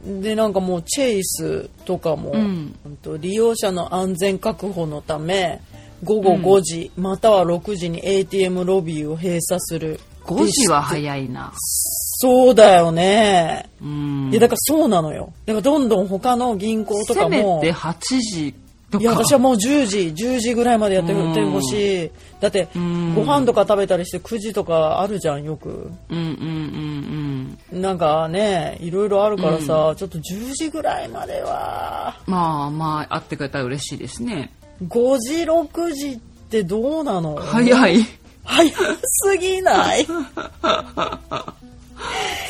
Speaker 1: へ
Speaker 2: でなんかもうチェイスとかも、
Speaker 1: うん
Speaker 2: 本当利用者の安全確保のため午後5時、または6時に ATM ロビーを閉鎖する
Speaker 1: ー。5時は早いな。
Speaker 2: そうだよね
Speaker 1: うん
Speaker 2: いや、だからそうなのよ。だからどんどん他の銀行とか
Speaker 1: せめ
Speaker 2: も。
Speaker 1: て8時とか。
Speaker 2: いや、私はもう10時、10時ぐらいまでやって
Speaker 1: うん
Speaker 2: やってほしい。だって、
Speaker 1: うん
Speaker 2: ご飯とか食べたりして9時とかあるじゃん、よく。
Speaker 1: うんうんうんうん。
Speaker 2: なんかね、いろいろあるからさ、ちょっと10時ぐらいまでは、
Speaker 1: まあまあ、会ってくれたら嬉しいですね。
Speaker 2: 5時、6時ってどうなの
Speaker 1: 早い。
Speaker 2: 早すぎない
Speaker 1: [laughs]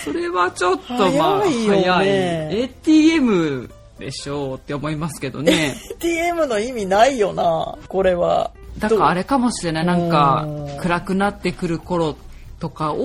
Speaker 1: それはちょっとまあ
Speaker 2: 早いよね
Speaker 1: ATM でしょうって思いますけどね
Speaker 2: [laughs] ?TM の意味ないよな、これは。
Speaker 1: だからあ
Speaker 2: れ
Speaker 1: れかもしれないなんか
Speaker 2: うん
Speaker 1: 暗くなってくる頃とかを目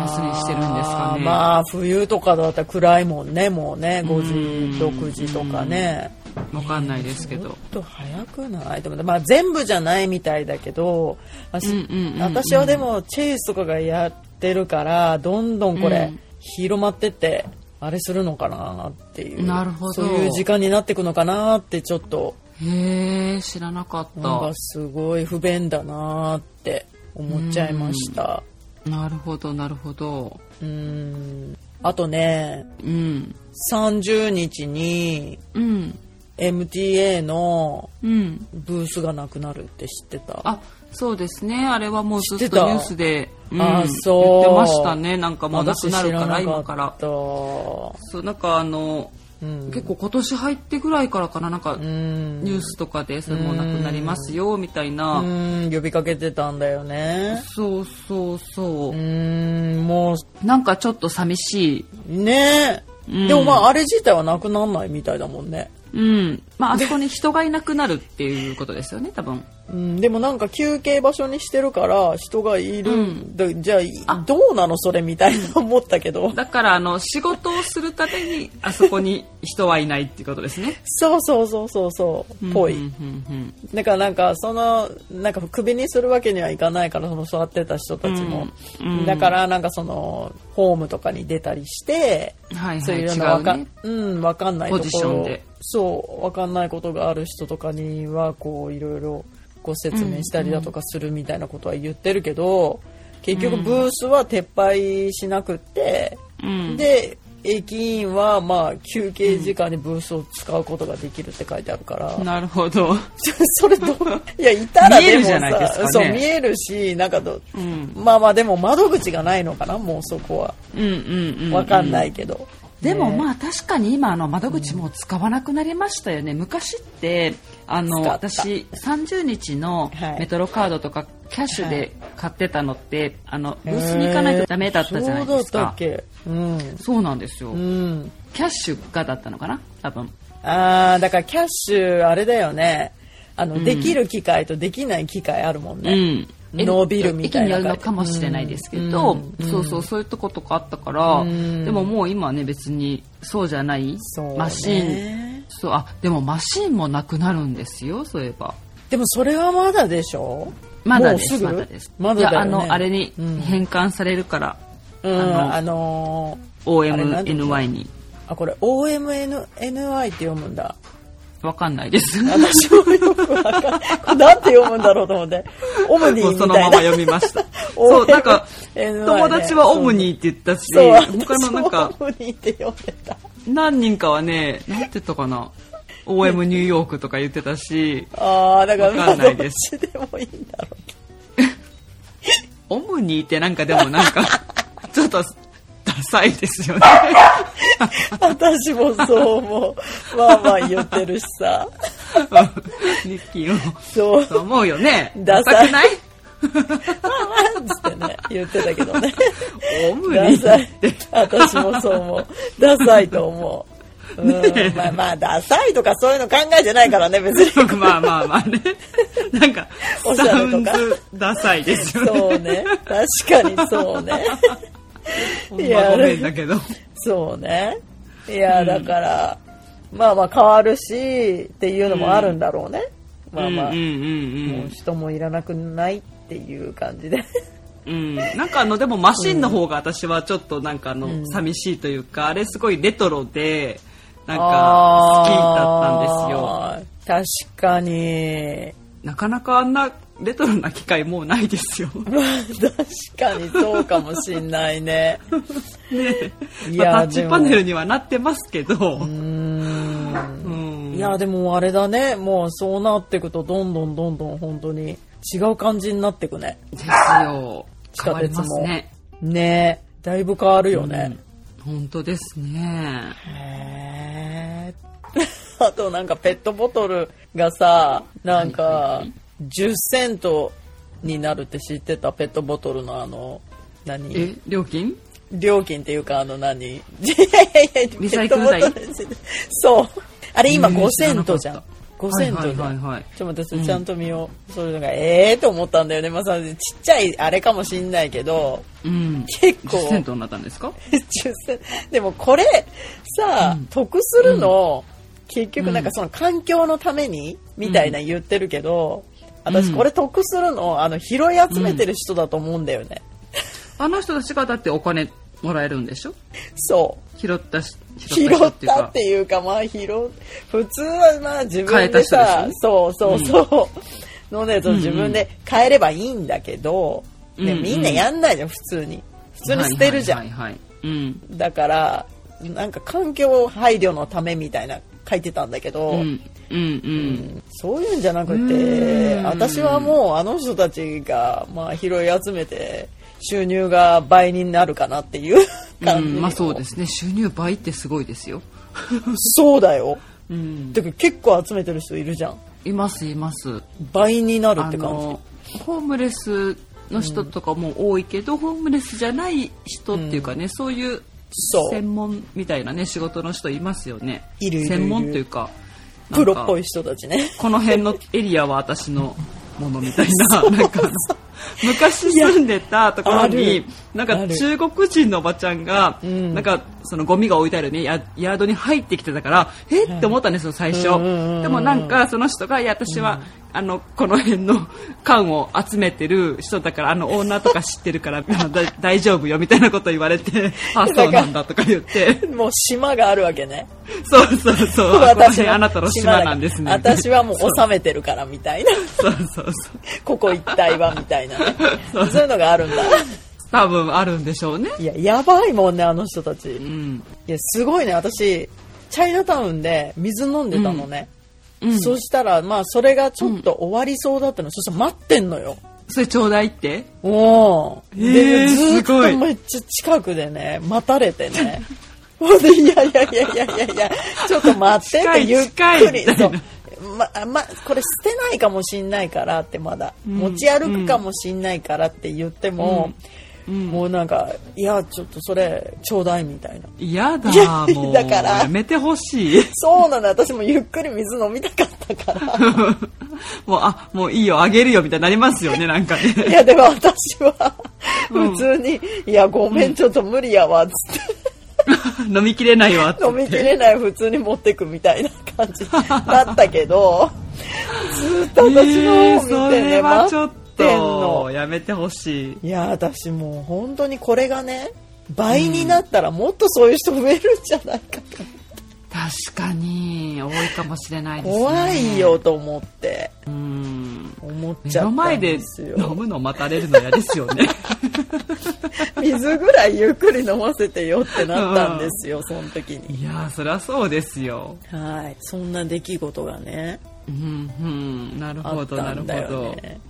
Speaker 1: 安にしてるんですかね、
Speaker 2: まあ、冬とかだったら暗いもんね、もうね、5時、
Speaker 1: うん
Speaker 2: 6時とかね。
Speaker 1: わかんないですけど、
Speaker 2: ちょっと早くないでも、まあ、全部じゃないみたいだけど、あし
Speaker 1: うんうんうんうん
Speaker 2: 私はでもチェイスとかがやってるからどんどんこれ
Speaker 1: うん
Speaker 2: 広まってって、あれするのかなっていう
Speaker 1: なるほど
Speaker 2: そういう時間になってくのかなってちょっと
Speaker 1: へえ知らなかった
Speaker 2: なんかすごい不便だなって思っちゃいました。
Speaker 1: なるほどなるほど
Speaker 2: うんあとね
Speaker 1: うん
Speaker 2: 30日に
Speaker 1: うん
Speaker 2: MTA の
Speaker 1: うん
Speaker 2: ブースがなくなるって知ってた
Speaker 1: あそうですねあれはもうずっ
Speaker 2: 知ってた
Speaker 1: とニュースで、うん
Speaker 2: あそう
Speaker 1: 言ってましたねなんかもうなくなるから
Speaker 2: 私知
Speaker 1: 今
Speaker 2: な
Speaker 1: から
Speaker 2: った
Speaker 1: そうなんかあの
Speaker 2: うん
Speaker 1: 結構今年入ってぐらいからかななんか
Speaker 2: う
Speaker 1: ニ
Speaker 2: ん
Speaker 1: ュースとかでそれもうなくなりますよみたいな
Speaker 2: うん呼びかけてたんだよね
Speaker 1: そうそうそううん
Speaker 2: も
Speaker 1: なんかちょっと寂しいう
Speaker 2: ね
Speaker 1: うん
Speaker 2: でもまああれ自体はなくならないみたいだもんね、
Speaker 1: うんまああそこに人がいなくなるっていうことです
Speaker 2: [laughs]
Speaker 1: よね多分
Speaker 2: うん、でもなんか休憩場所にしてるから人がいる、
Speaker 1: うん
Speaker 2: だじゃあい
Speaker 1: あ
Speaker 2: どうなのそれみたいな思ったけど
Speaker 1: だからあの仕事をするためにあそこに人はいないっていうことですね
Speaker 2: そうそうそうそうそう [laughs] ぽい、
Speaker 1: うんうん
Speaker 2: だからなんかそのなんか首にするわけにはいかないからその座ってた人たちも、
Speaker 1: うんうん
Speaker 2: だからなんかそのホームとかに出たりして、
Speaker 1: うんはい
Speaker 2: そ
Speaker 1: は
Speaker 2: う
Speaker 1: い
Speaker 2: い
Speaker 1: 違
Speaker 2: うようなわ
Speaker 1: う
Speaker 2: か
Speaker 1: ね
Speaker 2: うん、わかんないと
Speaker 1: ポジ
Speaker 2: こ
Speaker 1: ション
Speaker 2: ろ
Speaker 1: で
Speaker 2: そうわかんないことがある人とかにはこういろいろご説明したりだとかするみたいなことは言ってるけど、結局ブースは撤廃しなくって、
Speaker 1: うん
Speaker 2: で駅員はまあ休憩時間にブースを使うことができるって書いてあるから、
Speaker 1: なるほど、
Speaker 2: [laughs] それどういやいたら
Speaker 1: 見え
Speaker 2: で
Speaker 1: る
Speaker 2: も
Speaker 1: じ
Speaker 2: さ
Speaker 1: ゃないですかね
Speaker 2: そう見えるしなんかど
Speaker 1: うん、
Speaker 2: まあまあでも窓口がないのかなもうそこは
Speaker 1: うんうんうん
Speaker 2: わかんないいけど、
Speaker 1: でも
Speaker 2: ね
Speaker 1: まあ確かに今あの窓口も使わなくなりましたよね、昔ってあの
Speaker 2: 使った
Speaker 1: 私30日の
Speaker 2: はい
Speaker 1: メトロカードとかキャッシュ
Speaker 2: は
Speaker 1: で買ってたのって、あのブースに行かないとダメだったじゃないですか
Speaker 2: そうだったっけうん
Speaker 1: そうなんですよ、
Speaker 2: うん
Speaker 1: キャッシュがだったのかな多分
Speaker 2: ああだからキャッシュあれだよねあの、
Speaker 1: ん
Speaker 2: できる機会とできない機会あるもん
Speaker 1: う
Speaker 2: ね、
Speaker 1: ん
Speaker 2: 伸びるみたいな
Speaker 1: 駅によるのかもしれないですけど、
Speaker 2: うんうん
Speaker 1: そうそうそういうとことかあったから、
Speaker 2: うん
Speaker 1: でももう今はね別にそうじゃない
Speaker 2: そうね
Speaker 1: マシーンそうあでもマシーンもなくなるんですよそういえば。
Speaker 2: でもそれはまだでしょ
Speaker 1: まだで
Speaker 2: もう
Speaker 1: す
Speaker 2: すぐ
Speaker 1: まだです。
Speaker 2: まだ
Speaker 1: いや
Speaker 2: だよね
Speaker 1: あのあれに
Speaker 2: うん
Speaker 1: 変換されるから、
Speaker 2: うん、
Speaker 1: あの
Speaker 2: あのーあれなんて言うんだ
Speaker 1: OMNY に。
Speaker 2: あこれ OMNNI って読むんだ
Speaker 1: わかんないです。も
Speaker 2: 私もよくわかんないこれなんて読むんだろうと
Speaker 1: [laughs]
Speaker 2: 思ってオムニー
Speaker 1: うそ
Speaker 2: みたい
Speaker 1: の
Speaker 2: な
Speaker 1: まま読みました。そう、なん
Speaker 2: [laughs]
Speaker 1: か、
Speaker 2: OMNI ね
Speaker 1: 友達はオムニーって言ったし、
Speaker 2: そう
Speaker 1: 他のなんか
Speaker 2: 私、もオムニーって読んでた
Speaker 1: 何人かはね、なんて言ったかな、OM ニューヨークとか言ってたし、
Speaker 2: ああだから
Speaker 1: わかんないです
Speaker 2: どっちでもいいんだろう
Speaker 1: オムニーってなんかでもなん
Speaker 2: [laughs]
Speaker 1: か、ちょっと、ダサいですよね。
Speaker 2: 私もそう思うまあまあ言ってるしさ
Speaker 1: ミッキーも。
Speaker 2: そう
Speaker 1: そう思うよね。
Speaker 2: ダ
Speaker 1: ダ
Speaker 2: サ
Speaker 1: サ
Speaker 2: い
Speaker 1: くない
Speaker 2: なんつってね言ってたけどね
Speaker 1: オムニ
Speaker 2: ダ
Speaker 1: ー
Speaker 2: サ
Speaker 1: っ
Speaker 2: い
Speaker 1: て。
Speaker 2: 私もそう思うダサいと思う、うん、まあまあダサいとかそういうの考えてないからね別に
Speaker 1: まあまあまあ
Speaker 2: [laughs]
Speaker 1: ね。なんか、
Speaker 2: おしゃ
Speaker 1: サウ
Speaker 2: れと
Speaker 1: ン
Speaker 2: か
Speaker 1: ズダサいですよね。
Speaker 2: そうね確かにそうね
Speaker 1: ほんまごめんだけど。
Speaker 2: そうねいやだから、まあまあ変わるしっていうのもあるんだろうね、まあまあ、
Speaker 1: うんうんうん
Speaker 2: もう人もいらなくないっていう感じで
Speaker 1: うん、なんかあのでもマシンの方が私はちょっとなんかあの、寂しいというかあれすごいレトロでなんか好きだったんですよ
Speaker 2: ったんですよ確かに
Speaker 1: なかなかあんなレトロな機会もうないですよ
Speaker 2: まあ確かにそうかもしんないね
Speaker 1: [laughs] ね
Speaker 2: い
Speaker 1: まあ
Speaker 2: や
Speaker 1: タッチパネルにはなってますけどう
Speaker 2: うーん
Speaker 1: ん
Speaker 2: いやでもあれだねもうそうなってくとどんどんどんどん本当に違う感じになってくね
Speaker 1: ですよ
Speaker 2: 地
Speaker 1: 変
Speaker 2: 下
Speaker 1: わり
Speaker 2: 鉄も
Speaker 1: ますね
Speaker 2: ねえだいぶ変わるよね、
Speaker 1: 本当ですね
Speaker 2: へー [laughs] あとなんかペットボトルがさなんか10セントになるって知ってたペットボトルのあの何
Speaker 1: え料金
Speaker 2: 料金っていうかあの何 [laughs] いやいやいや
Speaker 1: リサイクル代
Speaker 2: ペットボトルについてそうあれ今
Speaker 1: えー
Speaker 2: 5セントじゃん
Speaker 1: 知らな
Speaker 2: 5セントじゃん、
Speaker 1: はいはいはいはい
Speaker 2: ちょっと待ってそれちゃんと見よう、そういうのがええー、と思ったんだよねまあさちっちゃいあれかもしんないけど
Speaker 1: うん
Speaker 2: 結構
Speaker 1: 10セントになったんですか
Speaker 2: 10セン [laughs] でもこれさ、得するの、結局なんかその環境のためにみたいな言ってるけど、私これ得するのあの拾い集めてる人だと思うんだよね、
Speaker 1: あの人たちがだってお金もらえるんでしょ
Speaker 2: そう
Speaker 1: 拾ったし
Speaker 2: 拾
Speaker 1: 人
Speaker 2: っ
Speaker 1: っていう
Speaker 2: たっ
Speaker 1: か
Speaker 2: ていうかまあ拾う普通はまあ自分で
Speaker 1: 買
Speaker 2: さ
Speaker 1: えた人でし
Speaker 2: そうそうそう、のねその自分で変えればいいんだけど、ね
Speaker 1: うんうん
Speaker 2: みんなやんないじゃん普通に普通に捨てるじゃん、
Speaker 1: はいはいはいはいうん
Speaker 2: だからなんか環境配慮のためみたいな書いてたんだけど、
Speaker 1: うんうん
Speaker 2: そういうんじゃなくて
Speaker 1: うん
Speaker 2: 私はもうあの人たちが、まあ、拾い集めて収入が倍になるかなっていう [laughs]
Speaker 1: うん、う
Speaker 2: 感じ、
Speaker 1: ん、まあそうですね収入倍ってすごいですよ、
Speaker 2: そうだよ
Speaker 1: うん、
Speaker 2: てか結構集めてる人いるじゃん
Speaker 1: いますいます
Speaker 2: 倍になるっ
Speaker 1: あ
Speaker 2: て感じ
Speaker 1: のホームレスの人とかも多いけど、ホームレスじゃない人っていうかね、そういう
Speaker 2: そう
Speaker 1: 専門みたいなね仕事の人いますよね
Speaker 2: いるいるいる
Speaker 1: 専門というかなん
Speaker 2: プ
Speaker 1: か
Speaker 2: ロっぽい人たちね
Speaker 1: この辺のエリアは私のものみたい
Speaker 2: [laughs]
Speaker 1: ななんか昔住んでたところ
Speaker 2: いや
Speaker 1: になん
Speaker 2: あ
Speaker 1: か
Speaker 2: る
Speaker 1: 中国人のおばちゃんが、
Speaker 2: ん
Speaker 1: なんかそのゴミが置いてあるねヤヤードに入ってきてたからえって思ったんですよ最初、
Speaker 2: うんうんうんうん
Speaker 1: でもなんかその人がいや私は、あのこの辺の缶を集めてる人だからあのオーナーとか知ってるからあのだ大丈夫よみたいなこと言われ
Speaker 2: [laughs]
Speaker 1: てあそうなんだとか言って
Speaker 2: もう島があるわけね
Speaker 1: そうそうそうあこの辺あなたの島なんですね
Speaker 2: 私はもう収めてるからみたいな
Speaker 1: [laughs] そうそうそう
Speaker 2: [laughs] ここ一帯はみたいなねそういうのがあるんだ
Speaker 1: 多分あるんでしょうね。
Speaker 2: いや、やばいもんね、あの人たち。
Speaker 1: う
Speaker 2: い
Speaker 1: ん。
Speaker 2: や、すごいね、私、チャイナタウンで水飲んでたのね。
Speaker 1: うん、
Speaker 2: そ
Speaker 1: そ
Speaker 2: したら、まあ、それがちょっと終わりそうだったの。そしたら待ってんのよ。
Speaker 1: れちょうだいって
Speaker 2: おー
Speaker 1: え
Speaker 2: で、
Speaker 1: ー
Speaker 2: ずっ
Speaker 1: すご
Speaker 2: と
Speaker 1: い
Speaker 2: めっちゃ近くでね、待たれてね。ほんでいやいやいやいやいやいや、ちょっと待ってって、ゆっ
Speaker 1: 近い
Speaker 2: くり
Speaker 1: 近いみ。た
Speaker 2: そ
Speaker 1: いうな
Speaker 2: ま、ま、これ捨てないかもしんないからってまだ、持ち歩くかもしんないからって言っても、もうなんか、いや、ちょっとそれ、ちょうだいみたいな。
Speaker 1: 嫌
Speaker 2: いや
Speaker 1: だ、もう。
Speaker 2: だから
Speaker 1: やめてほしい。 [laughs]
Speaker 2: そうなの、私もゆっくり水飲みたかったから。
Speaker 1: もう、あ、もういいよ、あげるよ、みたいになります
Speaker 2: [laughs]
Speaker 1: よね、なんかね。 [laughs]
Speaker 2: いや、でも私は、普通に、いや、ごめん、ちょっと無理やわ、つって。
Speaker 1: 飲みきれないわって
Speaker 2: [laughs] 飲みきれない普通に持ってくみたいな感じだったけど
Speaker 1: [laughs]
Speaker 2: ずっと私の
Speaker 1: えー
Speaker 2: 方を
Speaker 1: そ
Speaker 2: 見てね、
Speaker 1: れはち
Speaker 2: 待
Speaker 1: ょっ
Speaker 2: ってん
Speaker 1: と、
Speaker 2: の
Speaker 1: やめてほしい。
Speaker 2: いや私もう本当にこれがね倍になったらもっとそういう人増えるんじゃないかと、
Speaker 1: 確かに多いかもしれないですね
Speaker 2: 怖いよと思って
Speaker 1: うん
Speaker 2: 思っ
Speaker 1: 目
Speaker 2: ちゃ
Speaker 1: の
Speaker 2: った
Speaker 1: 前
Speaker 2: ん
Speaker 1: で
Speaker 2: ですよ
Speaker 1: 飲むの待たれるの嫌ですよ
Speaker 2: [laughs]
Speaker 1: ね
Speaker 2: 水ぐらいゆっくり飲ませてよってなったんで
Speaker 1: [laughs]
Speaker 2: すよ、その時に
Speaker 1: いやーそりゃそうですよ
Speaker 2: はいそんな出来事がね
Speaker 1: うんうんなる
Speaker 2: あ
Speaker 1: ほ
Speaker 2: っ
Speaker 1: ど、
Speaker 2: た
Speaker 1: なる
Speaker 2: ん
Speaker 1: ほ
Speaker 2: だよ
Speaker 1: ど
Speaker 2: ね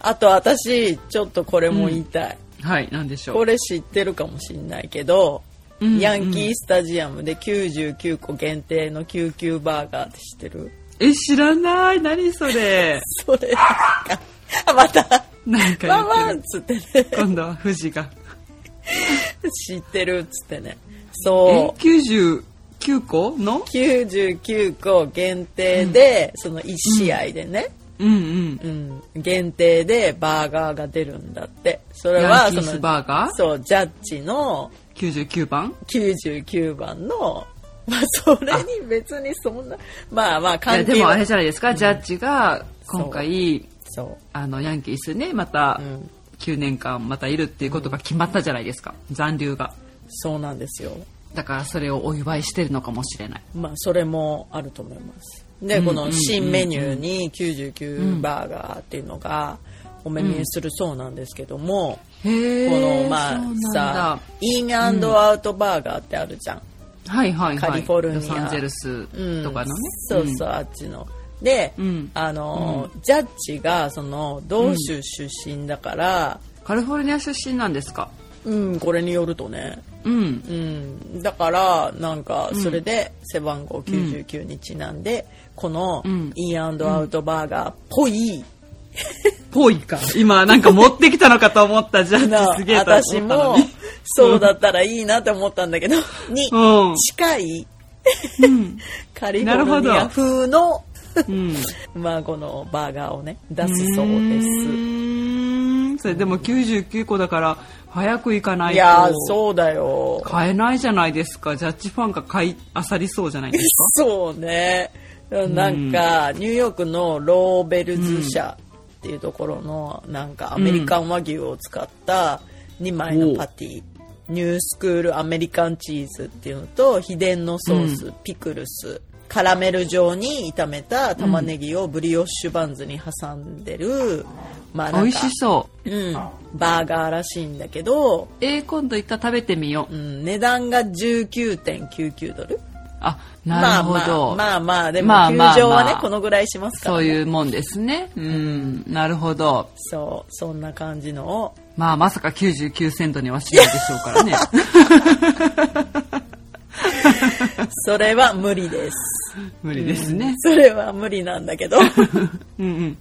Speaker 2: あと私ちょっとこれも言いたい、
Speaker 1: はいなんでしょう
Speaker 2: [laughs] これ知ってるかもしんないけど、
Speaker 1: うんうん
Speaker 2: ヤンキースタジアムで99個限定の救急バーガーって知ってる
Speaker 1: え知らない何それ
Speaker 2: それですか [laughs] あまた
Speaker 1: [laughs] なんか
Speaker 2: ワンワ
Speaker 1: 言って
Speaker 2: ンっ
Speaker 1: る
Speaker 2: つってね
Speaker 1: 今度は富士が
Speaker 2: 知ってるっつってね
Speaker 1: え
Speaker 2: そう
Speaker 1: 99個の
Speaker 2: 99個限定で、その1試合でね、
Speaker 1: うんうん
Speaker 2: うん、限定でバーガーが出るんだってそれ
Speaker 1: ヤ
Speaker 2: は
Speaker 1: ンキ
Speaker 2: そ
Speaker 1: ース
Speaker 2: の
Speaker 1: バーガー
Speaker 2: そうジャッジの
Speaker 1: 99番
Speaker 2: 99番の、 [laughs] まあ、それに別にそんなまあまあ
Speaker 1: いや
Speaker 2: 関
Speaker 1: で
Speaker 2: 係
Speaker 1: もあ
Speaker 2: は
Speaker 1: れじゃないですか、ジャッジが今回
Speaker 2: そ
Speaker 1: あのヤンキースねまた
Speaker 2: う、うん、
Speaker 1: 9年間またいるっていうことが決まったじゃないですか、残留が
Speaker 2: そうなんですよ
Speaker 1: だからそれをお祝いしてるのかもしれない
Speaker 2: まあそれもあると思いますで、
Speaker 1: うん
Speaker 2: この新メニューに99バーガーっていうのがお目見えするそうなんですけども、
Speaker 1: へ
Speaker 2: このまあさインアンドアウトバーガーってあるじゃん、
Speaker 1: はいはいはい
Speaker 2: カリフォルニア
Speaker 1: ロサンゼルス
Speaker 2: うん、
Speaker 1: とかのね、
Speaker 2: そうそう、あっちので、
Speaker 1: うん
Speaker 2: あのージャッジがその同州出身だから、
Speaker 1: うんカリフォルニア出身なんですか
Speaker 2: うんこれによるとね、
Speaker 1: うん
Speaker 2: うん、だからなんかそれで背番号99にちなんで、この
Speaker 1: うん
Speaker 2: インアンドアウトバーガーっぽい、
Speaker 1: ぽいか今なんか持ってきたのかと思ったじゃん
Speaker 2: な
Speaker 1: すげえと思っ
Speaker 2: 私
Speaker 1: たの
Speaker 2: も
Speaker 1: に
Speaker 2: そうだったらいいなと思ったんだけど、に
Speaker 1: うん
Speaker 2: 近い
Speaker 1: うん
Speaker 2: [laughs] カリフォルニア風の、 [laughs]
Speaker 1: うん
Speaker 2: まあ、このバーガーをね出すそうです。
Speaker 1: すそれでも99個だから早く行かない
Speaker 2: い
Speaker 1: と
Speaker 2: やーそうだよ。
Speaker 1: 買えないじゃないですかジャッジファンが買いあさりそうじゃないですか
Speaker 2: そうね。なんか、ニューヨークのローベルズ社っていうところの、なんかアメリカン和牛を使った2枚のパティ。ニュースクールアメリカンチーズっていうのと秘伝のソース、ピクルスカラメル状に炒めた玉ねぎをブリオッシュバンズに挟んでる、まあな
Speaker 1: 美
Speaker 2: ん
Speaker 1: 味
Speaker 2: か
Speaker 1: しそう
Speaker 2: うん、バーガーらしいんだけど、
Speaker 1: えー、今度行ったら食べてみよう
Speaker 2: うん、値段が19.99ドル
Speaker 1: あなるほど、
Speaker 2: まあまあ、まあまあ、でも、
Speaker 1: まあ
Speaker 2: 球
Speaker 1: まあ
Speaker 2: 場はね、
Speaker 1: まあ
Speaker 2: このぐらいしますから、
Speaker 1: そう
Speaker 2: ね。
Speaker 1: いうもんですねうんなるほど
Speaker 2: そう、そんな感じのを。
Speaker 1: まあまさか99セントにはしないでしょうからね
Speaker 2: [laughs] それは無理です。
Speaker 1: 無理ですね
Speaker 2: それは無理なんだけど。
Speaker 1: [laughs] うんうん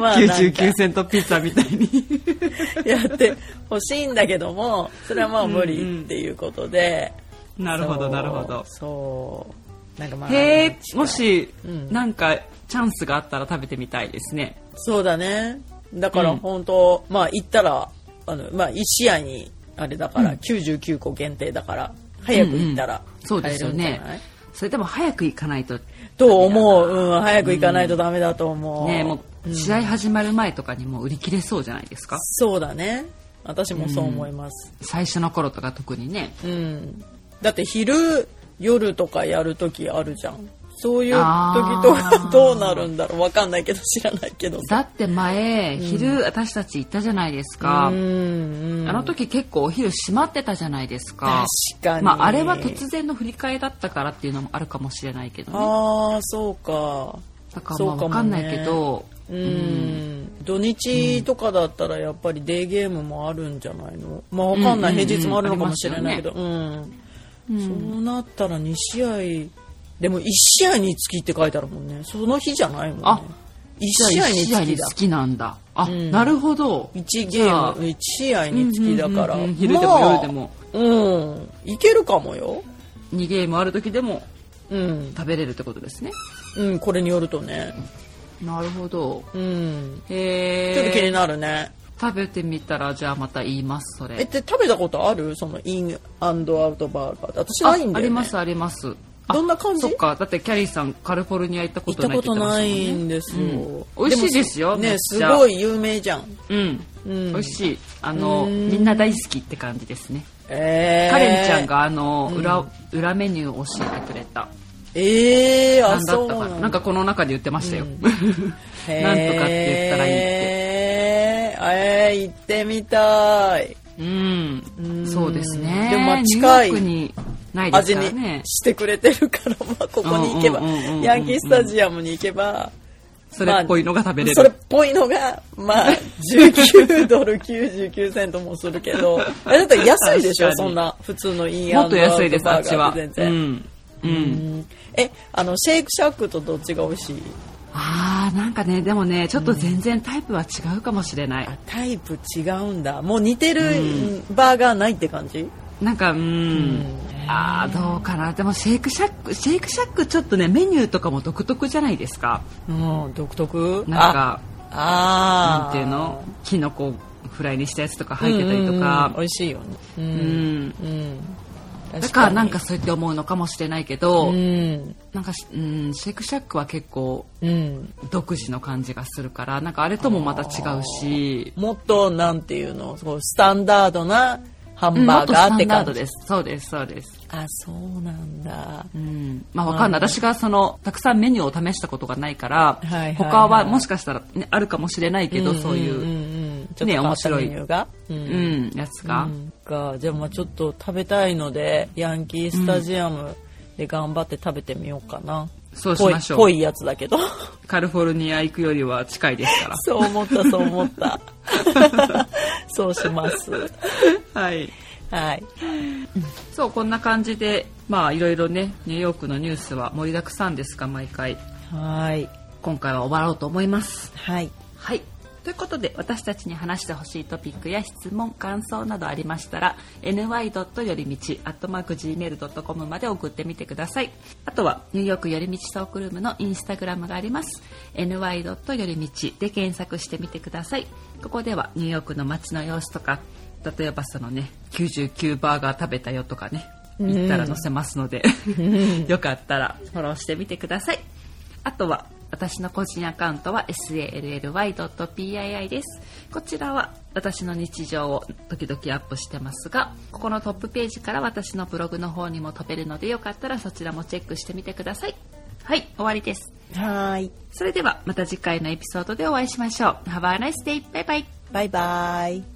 Speaker 2: まあ、なんか
Speaker 1: 99セントピザみたいに
Speaker 2: やってほしいんだけども、それはまあ無理っていうことで。
Speaker 1: なるほ
Speaker 2: そ
Speaker 1: ど
Speaker 2: う
Speaker 1: なるほど
Speaker 2: そう。なんかまあ、
Speaker 1: へえもし、
Speaker 2: うん
Speaker 1: なんかチャンスがあったら食べてみたいですね
Speaker 2: そうだね。だから
Speaker 1: うん
Speaker 2: 本当、まあ行ったら、あの、まあ1試合に、あれだから、99個限定だから、早く行ったら、
Speaker 1: そうですよ
Speaker 2: 買えるん
Speaker 1: ね
Speaker 2: じゃない
Speaker 1: それでも早く行かないと
Speaker 2: と思う、うん、早く行かないとダメだと思う、
Speaker 1: ねもう試合始まる前とかにもう売り切れそうじゃないですか
Speaker 2: そうだね私もそう思います、
Speaker 1: 最初の頃とか特にね
Speaker 2: うんだって昼夜とかやる時あるじゃんそういう時
Speaker 1: あ
Speaker 2: と
Speaker 1: ー
Speaker 2: か [laughs] どうなるんだろうわかんないけど知らないけど
Speaker 1: だって前、昼私たち行ったじゃないですか、
Speaker 2: うんうん
Speaker 1: あの時結構お昼閉まってたじゃないですか
Speaker 2: 確かに
Speaker 1: まあ、あれは突然の振り替えだったからっていうのもあるかもしれないけどね
Speaker 2: ああそうか
Speaker 1: だから
Speaker 2: そう
Speaker 1: ま
Speaker 2: か
Speaker 1: あ分か
Speaker 2: もね
Speaker 1: んないけど、
Speaker 2: うん、土日とかだったらやっぱりデーゲームもあるんじゃないのまあわかんない、
Speaker 1: うんうんうん
Speaker 2: 平日もあるのかもしれないけど、うんそうなったら2試合でも1試合につきって書いてあるもんねその日じゃないもんね
Speaker 1: あ
Speaker 2: 1試
Speaker 1: じゃ
Speaker 2: 合
Speaker 1: あ
Speaker 2: に
Speaker 1: 一
Speaker 2: つ
Speaker 1: 試合
Speaker 2: き
Speaker 1: に
Speaker 2: だ
Speaker 1: 好きなんだあ、なるほど
Speaker 2: 1
Speaker 1: じ
Speaker 2: ゲ
Speaker 1: ゃ
Speaker 2: ー
Speaker 1: あ
Speaker 2: ム1試合につきだから、
Speaker 1: うんうんうん昼でも夜でも
Speaker 2: うんいけるかもよ
Speaker 1: 2ゲームある時でも
Speaker 2: うん、
Speaker 1: 食べれるってことですね
Speaker 2: うん、これによるとね
Speaker 1: なるほど
Speaker 2: うん
Speaker 1: へ
Speaker 2: ちょっと気に
Speaker 1: え
Speaker 2: なるね、
Speaker 1: 食べてみたらじゃあまた言いますそ
Speaker 2: えっ
Speaker 1: れ
Speaker 2: て食べたことあるそのインアンドアウトバーガーって私
Speaker 1: あ
Speaker 2: ないん
Speaker 1: あ
Speaker 2: だよ、ね、
Speaker 1: りますありますあ
Speaker 2: どんな感じ
Speaker 1: そっかだってキャリーさんカリフォルニア行ったこ
Speaker 2: 行っ
Speaker 1: と
Speaker 2: た
Speaker 1: ない
Speaker 2: ことない
Speaker 1: って言って
Speaker 2: んです
Speaker 1: う
Speaker 2: よ、
Speaker 1: ん美味しいですよ
Speaker 2: もね
Speaker 1: めっ
Speaker 2: す
Speaker 1: ちゃ
Speaker 2: ごい有名じゃん
Speaker 1: ましたもんねうん、
Speaker 2: うん
Speaker 1: 美味しいあの
Speaker 2: うん
Speaker 1: みんな大好きって感じですね
Speaker 2: えー、
Speaker 1: カレンちゃんがあの裏,、裏メニューを教えてくれた
Speaker 2: ええー、あ
Speaker 1: 何だ
Speaker 2: そ
Speaker 1: っ
Speaker 2: う
Speaker 1: たかな
Speaker 2: だ
Speaker 1: なんかこの中で言ってましたよ、 [laughs]
Speaker 2: うん
Speaker 1: て言ったらいいって
Speaker 2: へーえー、行ってみたい
Speaker 1: うん
Speaker 2: うん
Speaker 1: そうですね
Speaker 2: でもまあ近い
Speaker 1: ニューヨークにないです
Speaker 2: 味
Speaker 1: から
Speaker 2: に
Speaker 1: ね
Speaker 2: してくれてるから、まあ、ここに行けば
Speaker 1: うんうんうんうんうん
Speaker 2: ヤンキースタジアムに行けば
Speaker 1: それっぽいのが食べれる、
Speaker 2: それっぽいのがまあ19ドル99セントもするけ
Speaker 1: [laughs]
Speaker 2: どあれだって安いでしょ
Speaker 1: 確かに
Speaker 2: そんな普通のイン
Speaker 1: もっと安いですあ
Speaker 2: ア
Speaker 1: っ
Speaker 2: ウ
Speaker 1: ち
Speaker 2: トバー
Speaker 1: は
Speaker 2: ガーって
Speaker 1: う
Speaker 2: 全然、
Speaker 1: んうん、
Speaker 2: えあのシェイクシャックとどっちが美味しい
Speaker 1: あーなんかねでもねちょっと全然タイプは違うかもしれない、
Speaker 2: あタイプ違うんだもう似てるバーガーないって感じ、
Speaker 1: なんかうんあーどうかなでもシェイクシャックシェイクシャックちょっとねメニューとかも独特じゃないですか
Speaker 2: うん、独特
Speaker 1: なんか
Speaker 2: あ
Speaker 1: なん
Speaker 2: あ
Speaker 1: ていうのキノコフライにしたやつとか入ってたりと
Speaker 2: うんうんうん美
Speaker 1: か
Speaker 2: 味しいよねう
Speaker 1: うん
Speaker 2: ん、うん、
Speaker 1: だからなんか
Speaker 2: 確
Speaker 1: そうやって思うのかもしれないけ
Speaker 2: か
Speaker 1: ど、
Speaker 2: にうん
Speaker 1: なんかしうんシェイクシャックは結構
Speaker 2: うん
Speaker 1: 独自の感じがするからなんかあれともまた違うし
Speaker 2: もっとなんていうのそうスタンダードなハ
Speaker 1: うん
Speaker 2: ン
Speaker 1: も
Speaker 2: バ
Speaker 1: っ
Speaker 2: ー
Speaker 1: とス
Speaker 2: ガー
Speaker 1: タ
Speaker 2: って
Speaker 1: ンダー
Speaker 2: 感
Speaker 1: ド
Speaker 2: じ、
Speaker 1: ですそうですそうです
Speaker 2: あそうなんだ
Speaker 1: うんまあわかんない、私がそのたくさんメニューを試したことがないから、
Speaker 2: いはいはい
Speaker 1: 他はもしかしたら、ね、あるかもしれないけど、そういう、
Speaker 2: ん
Speaker 1: うん
Speaker 2: んうんちょっと変わった
Speaker 1: ね面白い
Speaker 2: メニューが、うん
Speaker 1: やつが、
Speaker 2: うんかじゃあまあちょっと食べたいのでヤンキースタジアムで頑張って食べてみようかな、
Speaker 1: そうし
Speaker 2: ぽい
Speaker 1: ましょう
Speaker 2: ぽいやつだけど [laughs]
Speaker 1: カリフォルニア行くよりは近いですか
Speaker 2: そう思ったそう思った [laughs] そうします [laughs]
Speaker 1: らはい
Speaker 2: はい
Speaker 1: そうこんな感じでまあいろいろねニューヨークのニュースは盛りだくさんですが毎回
Speaker 2: はい
Speaker 1: 今回は終わろうと思います
Speaker 2: はい
Speaker 1: はいということで私たちに話してほしいトピックや質問感想などありましたら ny. よりみち .gmail.com まで送ってみてくださいあとはニューヨークよりみちトークルームのインスタグラムがあります ny. よりみちで検索してみてくださいここではニューヨークの街の様子とか例えばそのね99バーガー食べたよとかね行ったら載せますので、 [laughs] よかったらフォローしてみてくださいあとは私の個人アカウントは sally.pii ですこちらは私の日常を時々アップしてますがここのトップページから私のブログの方にも飛べるのでよかったらそちらもチェックしてみてくださいはい終わりです
Speaker 2: はい
Speaker 1: それではまた次回のエピソードでお会いしましょう Have a nice day! バイバイ
Speaker 2: バイバイ